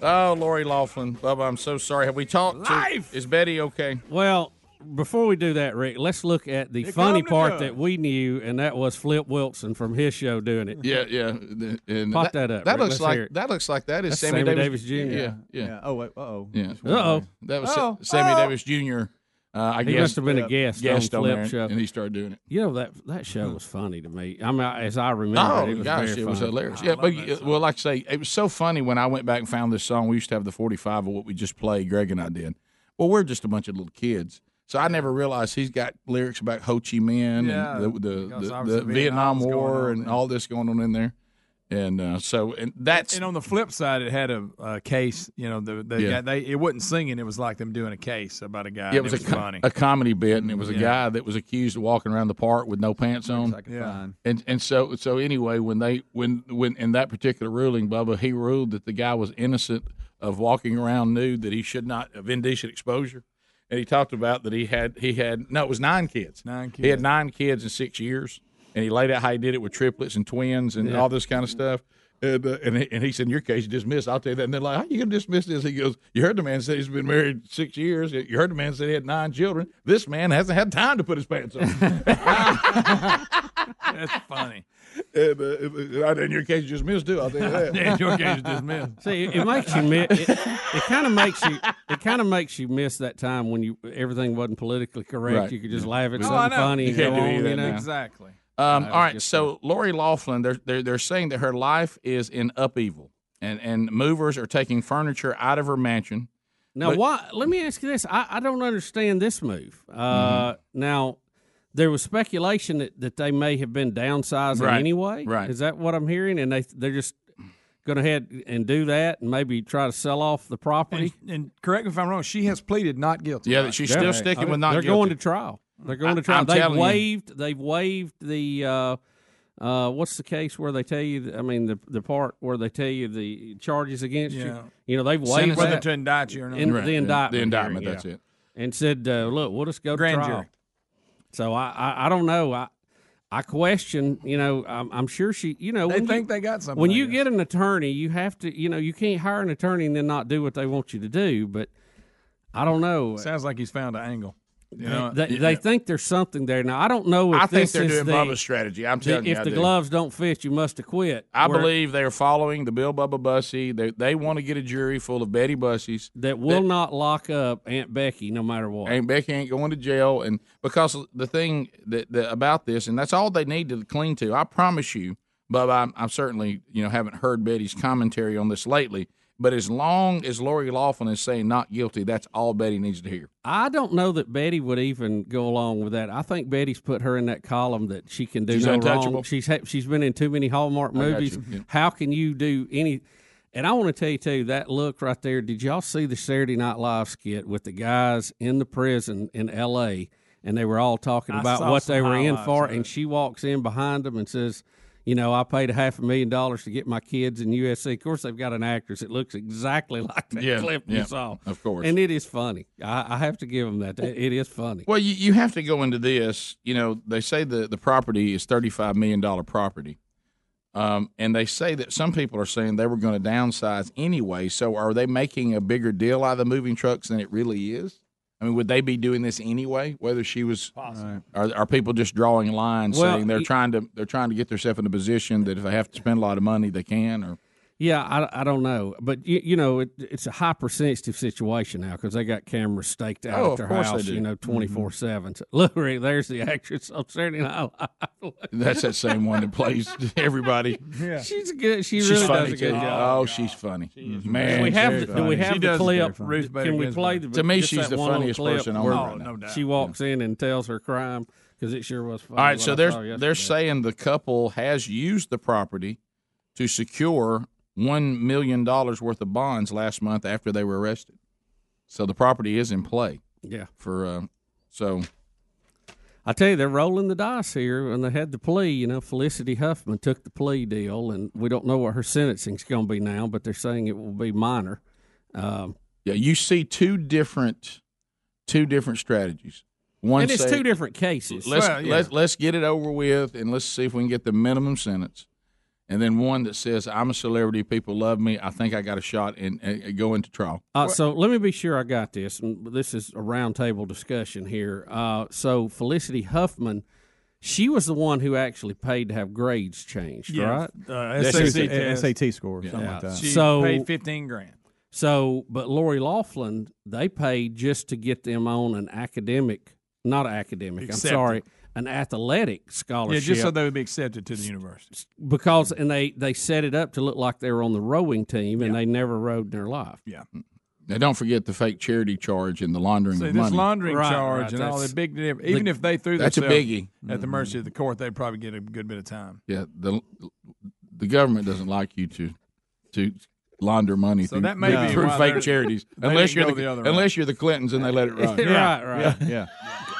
M: Oh, Lori Laughlin. Bubba, I'm so sorry. Have we talked to
N: Life!
M: Is Betty okay?
N: Well, before we do that, Rick, let's look at the
M: Here
N: funny
M: come the
N: part
M: judge.
N: that we knew, and that was Flip Wilson from his show doing it.
M: Yeah, yeah. The- and
N: Pop that up,
M: That
N: Rick.
M: looks
N: Let's hear
M: like
N: it.
M: that looks like that is
N: That's
M: Sammy,
N: Sammy
M: Davis,
N: Davis Jr.
M: Yeah, yeah.
N: Yeah.
C: Oh wait. Uh oh.
M: Yeah.
N: Uh-oh.
M: That was
N: Uh-oh.
M: Sammy
N: Uh-oh.
M: Davis Jr. Uh, I
N: He
M: guess
N: must have been a guest
M: guest
N: on
M: on
N: Flip
M: there,
N: Show.
M: and he started doing it.
N: You know that that show was funny to me. I mean, I- as I remember,
M: Oh
N: it was
M: gosh,
N: very
M: it was
N: funny.
M: hilarious. Yeah, but uh, well, like I say, it was so funny when I went back and found this song. We used to have the forty-five of what we just played. Greg and I did. Well, we're just a bunch of little kids, so I never realized he's got lyrics about Ho Chi Minh
D: Yeah,
M: and the the,
D: because
M: the,
D: obviously
M: the Vietnam
D: Vietnam's going
M: War
D: on,
M: and all this going on in there. And uh, so, and that's
D: and on the flip side, it had a, a case. You know, the, the
M: Yeah.
D: guy, they it wasn't singing; it was like them doing a case about a guy.
M: yeah, it was, a, co-
D: funny.
M: a comedy bit, and it was a
D: Yeah.
M: guy that was accused of walking around the park with no pants on.
D: yeah.
M: And and so so anyway, when they when when in that particular ruling, Bubba, he ruled that the guy was innocent of walking around nude, that he should not of indecent exposure, and he talked about that he had he had no, it was nine kids.
D: Nine
M: He had nine kids in six years, and he laid out how he did it with triplets and twins and
D: Yeah.
M: all this kind of stuff. And, uh, and, he, and he said, in your case, dismissed. I'll tell you that. And they're like, how you going to dismiss this? He goes, you heard the man said he's been married six years. You heard the man said he had nine children. This man hasn't had time to put his pants on.
D: That's funny.
M: And, uh, and, uh, in your case, dismissed, too. I'll tell you that.
D: Yeah, in your case, dismissed.
N: See, it, it makes you miss. It, it kind of makes you. It kind of makes you miss that time when you everything wasn't politically correct.
M: Right.
N: You could just laugh at
M: Oh, I
N: something
M: know.
N: funny
M: You
N: and
M: can't
N: go
M: do
N: on.
M: either
N: You know
M: now.
D: Exactly.
M: Um, all right, so Lori Laughlin, they're, they're they're saying that her life is in upheaval, and and movers are taking furniture out of her mansion.
N: Now,
M: But-
N: why? Let me ask you this. I, I don't understand this move. Uh,
M: Mm-hmm.
N: Now, there was speculation that, that they may have been downsizing
M: Right.
N: anyway.
M: Right.
N: Is that what I'm hearing? And they they're just going ahead and do that, and maybe try to sell off the property.
D: And, and correct me if I'm wrong. She has pleaded not guilty.
N: Yeah, that she's still Right. sticking with not They're going guilty. to trial. They're going to
D: I-
N: trial.
D: I'm
N: they've
D: telling you.
N: waived. They've waived the. Uh, uh, what's the case where they tell you? th- I mean, the the part where they tell you the charges against
D: Yeah.
N: you. You know, they've waived
D: Sentence. Whether
N: that.
D: to indict you or not.
N: In-
D: Right.
N: The
D: The
N: indictment.
M: indictment,
N: hearing,
M: that's it.
N: And said, uh, "Look, we'll just go
D: Grand
N: to trial."
D: jury.
N: So I, I, I don't know. I, I question. You know, I'm, I'm sure she. You know,
D: They
N: when you-
D: think they got something,
N: When
D: I
N: you get an attorney, you have to. You know, you can't hire an attorney and then not do what they want you to do. But I don't know.
D: Sounds like he's found an angle. You know,
N: they, they think there's something there. Now I don't know. If
M: I think
N: this
M: they're
N: is
M: doing
N: the,
M: Bubba's strategy. I'm
N: the-
M: telling you,
N: if
M: I
N: the
M: do.
N: gloves don't fit, you must have quit.
M: I
N: Where-
M: believe they're following the Bill Bubba Bussy. They they want to get a jury full of Betty Bussies
N: that will not lock up Aunt Becky no matter what.
M: Aunt Becky ain't going to jail, and because the thing that, that about this, and that's all they need to cling to. I promise you, Bubba. I'm, I'm certainly you know haven't heard Betty's commentary on this lately, but as long as Lori Laughlin is saying not guilty, that's all Betty needs to hear.
N: I don't know that Betty would even go along with that. I think Betty's put her in that column that she can do
M: She's
N: no
M: untouchable.
N: wrong. She's ha- she's been in too many Hallmark
M: I got
N: movies.
M: you, yeah.
N: How can you do any? And I want to tell you too that look right there. Did y'all see the Saturday Night Live skit with the guys in the prison in L.A. and they were all talking
L: I
N: about
L: saw
N: what they
L: some
N: were in
L: highlights
N: for?
L: of it.
N: And she walks in behind them and says. You know, I paid a half a million dollars to get my kids in USC. Of course, they've got an actress that looks exactly like that
M: Yeah,
N: clip
M: yeah,
N: you saw.
M: of course.
N: And it is funny. I, I have to give them that. It- it is funny.
M: Well, you, you have to go into this. You know, they say the, the property is $35 million property. Um, and they say that some people are saying they were going to downsize anyway. So are they making a bigger deal out of the moving trucks than it really is? I mean, would they be doing this anyway? Whether she was, are, are people just drawing lines,
N: Well,
M: saying they're
N: y-
M: trying to they're trying to get themselves in a position that if they have to spend a lot of money, they can? Or
N: Yeah, I, I don't know, but you, you know it, it's a hypersensitive situation now because they got cameras staked out
L: Oh,
N: at
L: of
N: their
L: course they
N: house,
L: do.
N: you know,
M: Mm-hmm.
N: twenty four seven. Look, Rick, there's the actress on Saturday Night Live.
M: That's that same one that plays everybody.
N: Yeah. She's a good. She
M: she's
N: really
M: funny
N: does a good
M: too.
N: job.
M: Oh, she's funny.
N: Do
M: Man,
N: we have
M: very
N: the, do we
M: funny.
N: have
M: She
N: the
M: does very
N: clip?
M: funny. Ruth Bader
N: Can we
M: Ginsburg. Oh,
N: play the
M: To me,
N: just
M: she's
N: that
M: the
N: one little
M: funniest
N: clip
M: person on
N: where
M: earth right now.
N: She walks in and tells her crime because it sure was. Funny
M: All right,
N: what
M: so
N: I
M: they're
N: saw yesterday.
M: they're saying the couple has used the property to secure one million dollars worth of bonds last month after they were arrested. So the property is in play.
N: Yeah.
M: For uh, so
N: I tell you, they're rolling the dice here, and they had the plea. You know, Felicity Huffman took the plea deal, and we don't know what her sentencing's going to be now, but they're saying it will be minor. Um,
M: yeah, you see two different two different strategies. One
N: and it's
M: say-
N: two different cases.
M: Let's let's let's get it over with, and let's see if we can get the minimum sentence. And then one that says, "I'm a celebrity, people love me. I think I got a shot," and, and go into trial.
N: Uh, so let me be sure I got this. And This is a roundtable discussion here. Uh, so Felicity Huffman, she was the one who actually paid to have grades changed,
D: Yeah,
N: right?
D: uh, SAT SAT test. SAT score or something like that. She paid 15 grand.
N: So, but Lori Laughlin, they paid just to get them on an academic, not academic.
D: Accepted.
N: I'm sorry, an athletic
D: Yeah,
N: scholarship.
D: just so they would be accepted to the university.
N: because and they they set it up to look like they were on the rowing team and they never rowed in their life.
D: Yeah.
M: Now, don't forget the fake charity charge and the laundering
D: See,
M: of
D: this
M: money.
D: laundering
N: Right,
D: charge
N: right,
D: and all
N: that's-
D: that big difference. Even
N: the- Mm-hmm.
D: if they threw
M: That's a
D: themselves
M: biggie.
D: at the mercy of the court, they'd probably get a good bit of time.
M: yeah, the the government doesn't like you to to launder money
D: So
M: through,
D: that may be
M: through
D: why they're-
M: fake charities,
D: they
M: unless
D: didn't
M: you're
D: go
M: the,
D: the other route.
M: unless you're the Clintons and they let it ride.
N: right, right.
M: Yeah. yeah.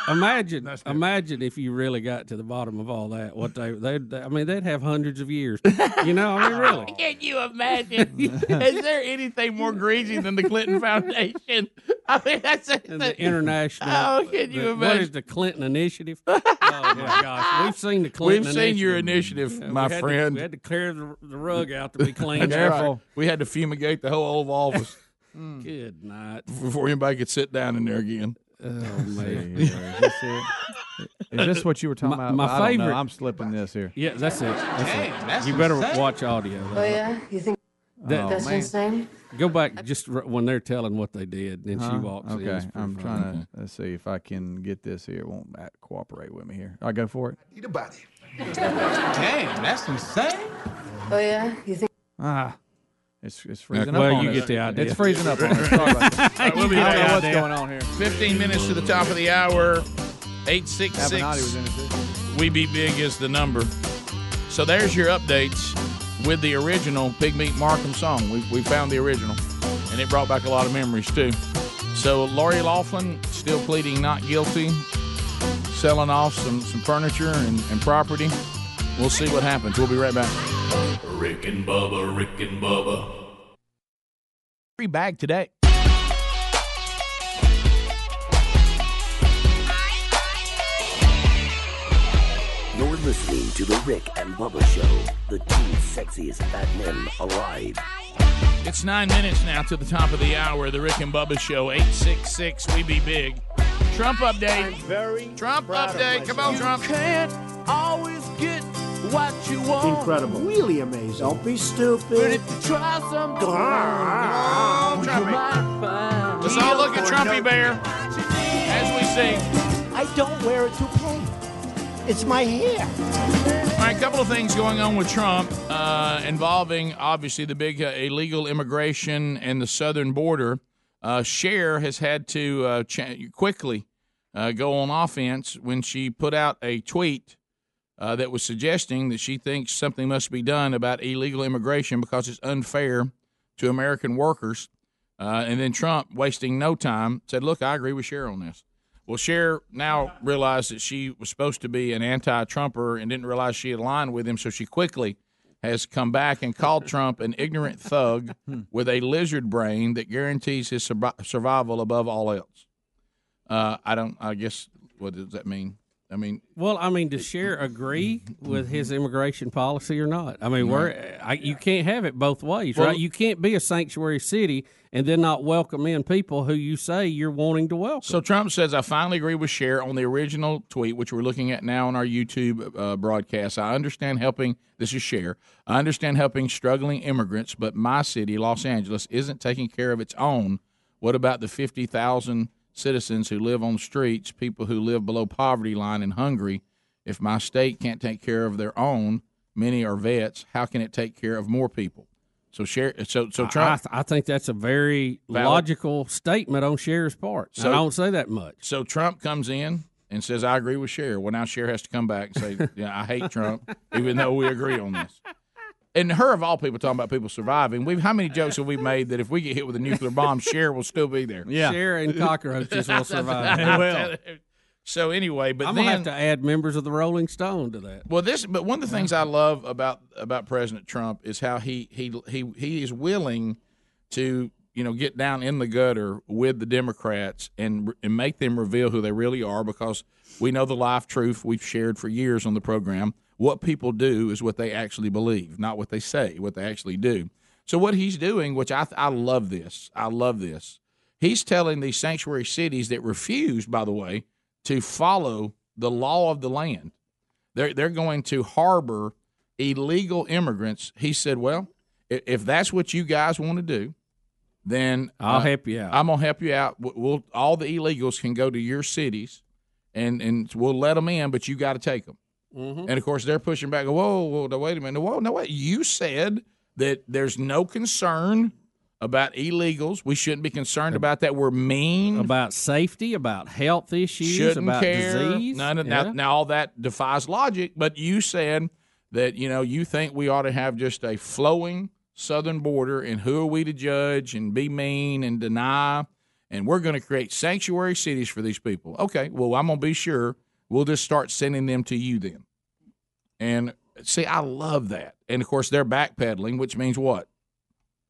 N: Imagine, imagine if you really got to the bottom of all that. What they, they, I mean, they'd have hundreds of years. You know, I mean, really.
M: Can you imagine? Is there anything more greasy than the Clinton Foundation? I mean, that's a,
N: The international.
M: Oh, can you
N: the- What
M: imagine?
N: is the Clinton Initiative? Oh my gosh, we've seen the Clinton.
M: We've seen your initiative,
N: Yeah, we
M: my
N: had to-
M: friend.
N: we had to clear the, the rug out to be clean.
M: That's right. We had to fumigate the whole Oval Office
N: Good night.
M: before anybody could sit down in there again.
N: Oh man,
C: Is this what you were talking
N: My-
C: about?
N: my
C: I don't know.
N: favorite-
C: I'm slipping this here.
N: Yeah, that's it. That's it.
C: Dang, that's
N: you better
C: insane.
N: watch audio. Oh, though.
T: Oh yeah, you think
N: That-
T: that's insane?
N: Go back just r- when they're telling what they did, and
C: Huh?
N: she walks in.
C: Okay,
N: It's pretty
C: I'm
N: funny.
C: trying to let's see if I can get this here. It won't uh, cooperate with me here. I go for it.
T: Need a body.
C: Damn, that's insane.
T: Oh yeah, you think
C: Ah, it's it's freezing
N: well,
C: up. on
N: you
C: us.
N: get the idea.
C: It's freezing up on us. Sorry about that.
M: All right, we'll be
C: I don't
M: back.
C: know what's going on here.
M: 15 minutes to the top of the hour.
C: Avenatti was in it
M: 866.
C: too.
M: We Be Big is the number. So there's your updates with the original Big Meat Markham song. We, we found the original, and it brought back a lot of memories, too. So Lori Laughlin still pleading not guilty, selling off some, some furniture and, and property. We'll see what happens. We'll be right back.
G: Rick and Bubba, Rick and Bubba.
M: Free bag today.
H: You're listening to The Rick and Bubba Show, the two sexiest fat men alive.
M: It's nine minutes now to the top of the hour. The Rick and Bubba Show, 866 We Be Big. Trump update. Trump update. Come on, Trump.
F: can't always get what you want.
U: Incredible. Really amazing. Don't be stupid.
F: But if you try something,
U: Ah,
F: wrong, you might find.
M: Let's all look at Trumpy Bear as we sing.
U: I don't wear a toupee. It's my hair.
M: All right, a couple of things going on with Trump uh, involving obviously the big uh, illegal immigration and the southern border. Uh, Cher has had to uh, cha- quickly uh, go on offense when she put out a tweet uh, that was suggesting that she thinks something must be done about illegal immigration because it's unfair to American workers. Uh, and then Trump, wasting no time, said, Look, I agree with Cher on this. Well, Cher now realized that she was supposed to be an anti Trumper and didn't realize she had aligned with him, so she quickly has come back and called Trump an ignorant thug with a lizard brain that guarantees his survi- survival above all else. Uh, I don't, I guess, what does that mean? I mean,
N: Well, I mean, does Cher agree with his immigration policy or not? I mean,
M: No.
N: we're I, you can't have it both ways,
M: Well-
N: right? You can't be a sanctuary city and then not welcome in people who you say you're wanting to welcome.
M: So Trump says, I finally agree with Cher on the original tweet, which we're looking at now on our YouTube uh, broadcast. I understand helping, this is Cher, I understand helping struggling immigrants, but my city, Los Angeles, isn't taking care of its own. What about the 50,000 citizens who live on streets, people who live below poverty line and hungry? If my state can't take care of their own, many are vets, how can it take care of more people? So Cher, so, so Trump.
N: I, I think that's a very
M: Valid.
N: logical statement on Cher's part. I don't say that much.
M: So Trump comes in and says, "I agree with Cher." Well, now Cher has to come back and say, yeah, "I hate Trump," even though we agree on this. And her of all people talking about people surviving. We've how many jokes have we made that if we get hit with a nuclear bomb, Cher will still be there.
N: Yeah. Cher and cockroaches will survive. They will.
M: So anyway, but
N: I'm
M: then
N: gonna have to add members of the Rolling Stone to that.
M: well, this but one of the things I love about about President Trump is how he he he he is willing to you know get down in the gutter with the Democrats and and make them reveal who they really are because we know the live truth we've shared for years on the program. What people do is what they actually believe, not what they say, what they actually do. So what he's doing, which I I love this, I love this. He's telling these sanctuary cities that refuse, by the way, to follow the law of the land. They're they're going to harbor illegal immigrants. He said, "Well, i- if that's what you guys want to do, then uh,
N: I'll help you out.
M: I'm gonna help you out. W- We'll all the illegals can go to your cities, and and we'll let them in, but you got to take them."
N: Mm-hmm.
M: And of course, they're pushing back. Whoa, whoa, no, wait a minute. Whoa, no, wait. You said that there's no concern about illegals. We shouldn't be concerned about that. We're mean
N: about safety, about health issues,
M: Shouldn't
N: about
M: care.
N: disease.
M: None of
N: Yeah.
M: that. Now all that defies logic. But you said that you know you think we ought to have just a flowing southern border, and who are we to judge and be mean and deny? And we're going to create sanctuary cities for these people. Okay. Well, I'm going to be sure we'll just start sending them to you then. And see, I love that. And of course, they're backpedaling, which means what?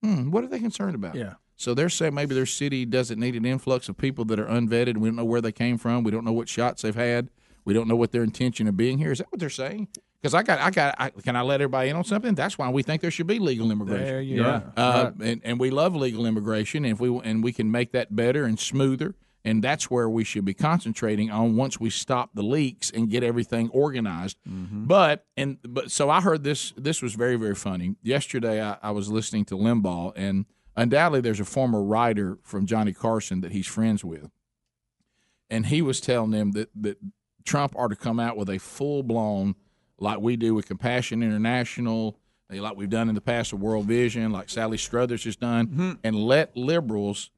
M: Hmm, what are they concerned about?
D: Yeah.
M: So they're saying maybe their city doesn't need an influx of people that are unvetted. We don't know where they came from. We don't know what shots they've had. We don't know what their intention of being here. Is that what they're saying? Because I got, I got, I, can I let everybody in on something? That's why we think there should be legal immigration.
D: There you
M: Uh,
D: are.
M: uh, and, and we love legal immigration, and if we and we can make that better and smoother, and that's where we should be concentrating on once we stop the leaks and get everything organized.
K: Mm-hmm.
N: Mm-hmm.
M: But and but so I heard this. This was very very funny yesterday. I, I was listening to Limbaugh, and undoubtedly there's a former writer from Johnny Carson that he's friends with, and he was telling them that that Trump ought to come out with a full blown like we do with Compassion International, eh, like we've done in the past with World Vision, like Sally Struthers has done,
N: Mm-hmm.
M: and let liberals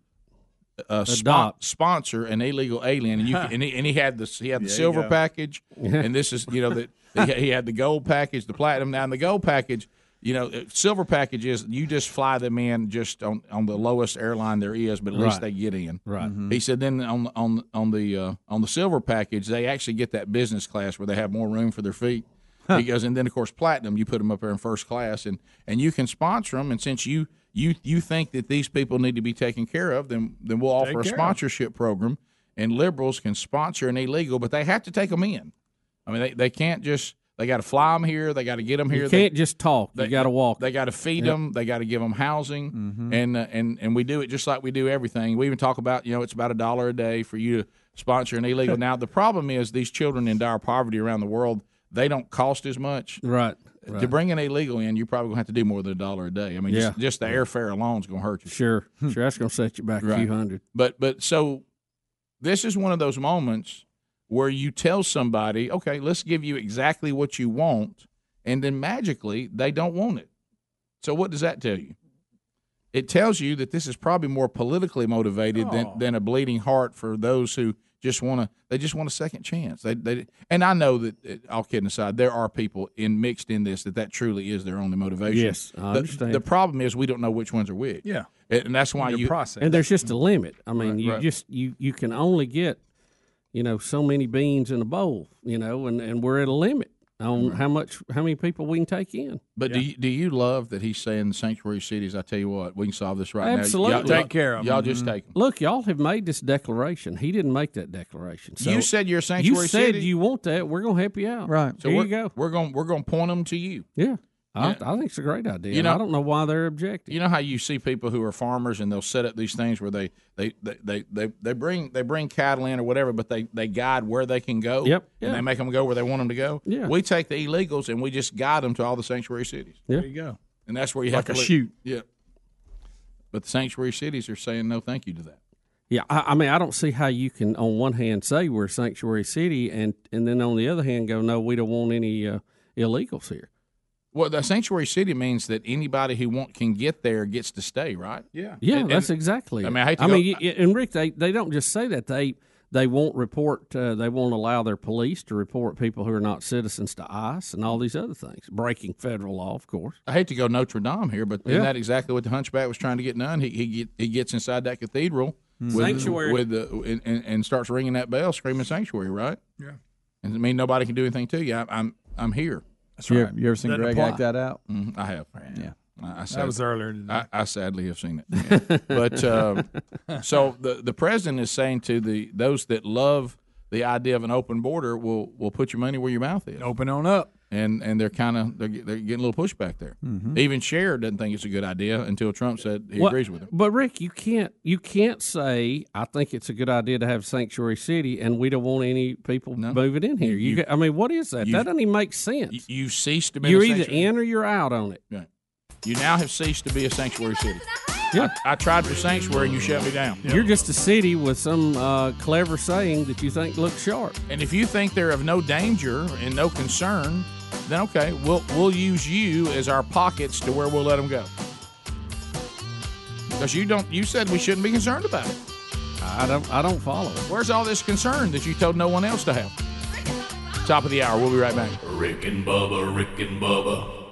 M: uh, spon-
N: Adopt.
M: sponsor an illegal alien. And, you, and, he, and he had this, he had the
N: There you
M: silver
N: go.
M: package, and this is you know that he, he had the gold package, the platinum. Now, in the gold package, you know, eh, silver package is you just fly them in just on, on the lowest airline there is, but at least
N: Right.
M: they get in. Mm-hmm.
N: Right. Mhm.
M: He said then on on on the uh, on the silver package they actually get that business class where they have more room for their feet. He goes and then of course platinum you put them up there in first class and and you can sponsor them and since you you you think that these people need to be taken care of then then we'll
N: Take
M: offer a
N: care of 'em.
M: sponsorship program and liberals can sponsor an illegal but they have to take them in. I mean they, they can't just they got to fly them here they got to get them here
N: You
M: They-
N: can't just talk. you got to walk.
M: they got to feed
N: Yep. Mm-hmm.
M: them. They got to give them housing, and uh, and and we do it just like we do everything. We even talk about you know it's about a dollar a day for you to sponsor an illegal. now the problem is these children in dire poverty around the world they don't cost as much.
N: Right.
M: To
N: right.
M: bring an illegal in, you're probably gonna have to do more than a dollar a day. I mean, just,
N: Yeah.
M: just the airfare alone is gonna hurt you. Hmm.
N: Sure, sure. That's gonna set you back a
M: Right.
N: few hundred.
M: But but so this is one of those moments where you tell somebody, okay, let's give you exactly what you want, and then magically they don't want it. So what does that tell you? It tells you that this is probably more politically motivated than, than a bleeding heart for those who just want to they just want a second chance. They, they and I know that uh, all kidding aside, there are people in mixed in this that that truly is their only motivation.
N: Yes, I
M: The-
N: understand.
M: The problem is we don't know which ones are which.
N: Yeah.
M: and and that's why you
N: And there's just a limit. I mean,
M: Right,
N: you
M: right.
N: just you you can only get, you know, so many beans in a bowl. You know, and and we're at a limit. I on how much, how many people we can take in.
M: But do you, do you love that he's saying sanctuary cities? I tell you what, we can solve this right
N: Absolutely.
M: now. Y'all- Y'all
N: Mm-hmm.
M: just take. 'em.
N: Look, y'all have made this declaration. He didn't make that declaration. So
M: you said you're a sanctuary
N: You said
M: city.
N: you want that. We're going to help you out.
M: Right. So
N: Here
M: we're,
N: you go.
M: We're going we're going to point them to you.
N: Yeah. I, I think it's a great idea.
M: You know-
N: I don't know why they're objecting.
M: You know how you see people who are farmers and they'll set up these things where they they they they, they, they bring they bring cattle in or whatever, but they they guide where they can go.
N: Yep.
M: And
N: Yeah.
M: they make them go where they want them to go.
N: Yeah.
M: We take the illegals and we just guide them to all the sanctuary cities.
N: Yeah.
D: There you go.
M: And that's where you
D: Like
M: have to
D: a
M: look.
D: chute.
M: Yeah. But the sanctuary cities are saying no, thank you to that.
N: Yeah, I, I mean, I don't see how you can, on one hand, say we're a sanctuary city, and and then on the other hand, go, no, we don't want any uh, illegals here.
M: Well, the sanctuary city means that anybody who want can get there gets to stay, right?
D: Yeah.
N: Yeah,
M: And-
N: that's
M: and-
N: exactly.
M: I
N: it.
M: mean, I hate to
N: I
M: go-
N: mean, y- y- and Rick, they, they don't just say that they they won't report. Uh, they won't allow their police to report people who are not citizens to ICE and all these other things, breaking federal law, of course.
M: I hate to go Notre Dame here, but
N: Yeah.
M: isn't that exactly what the Hunchback was trying to get done? He he, get, he gets inside that cathedral
D: Hmm.
M: with,
N: Sanctuary.
M: with the and, and, and starts ringing that bell, screaming sanctuary, right?
D: Yeah.
M: And I mean nobody can do anything to you. I, I'm I'm here.
D: That's You ever- right. you ever seen Doesn't Greg apply. act that out?
M: hmm I have. Yeah. I, I
D: That
M: sad-
D: was earlier today.
M: I, I sadly have seen it. Yeah. but uh, so the the president is saying to the those that love the idea of an open border will will put your money where your mouth is.
D: Open on up.
M: And and they're kind of they're, get- they're getting a little pushback there.
N: Mhm.
M: Even Cher doesn't think it's a good idea until Trump said he
N: Well,
M: agrees with him.
N: But Rick, you can't you can't say I think it's a good idea to have sanctuary city, and we don't want any people moving in here. You, got- I mean, what is that?
M: you-
N: That doesn't even make sense.
M: You, have ceased to be.
N: You're
M: a
N: either
M: sanctuary-
N: in or you're out on it.
M: Yeah. You now have ceased to be a sanctuary city.
N: Yeah.
M: I, I tried for sanctuary and you shut me down.
N: You're just a city with some uh, clever saying that you think looks sharp.
M: And if you think they're of no danger and no concern, then okay, we'll we'll use you as our pockets to where we'll let them go. Because you don't, you said we shouldn't be concerned about it.
N: I don't, I don't follow it.
M: Where's all this concern that you told no one else to have? Top of the hour, we'll be right back.
G: Rick and Bubba, Rick and Bubba.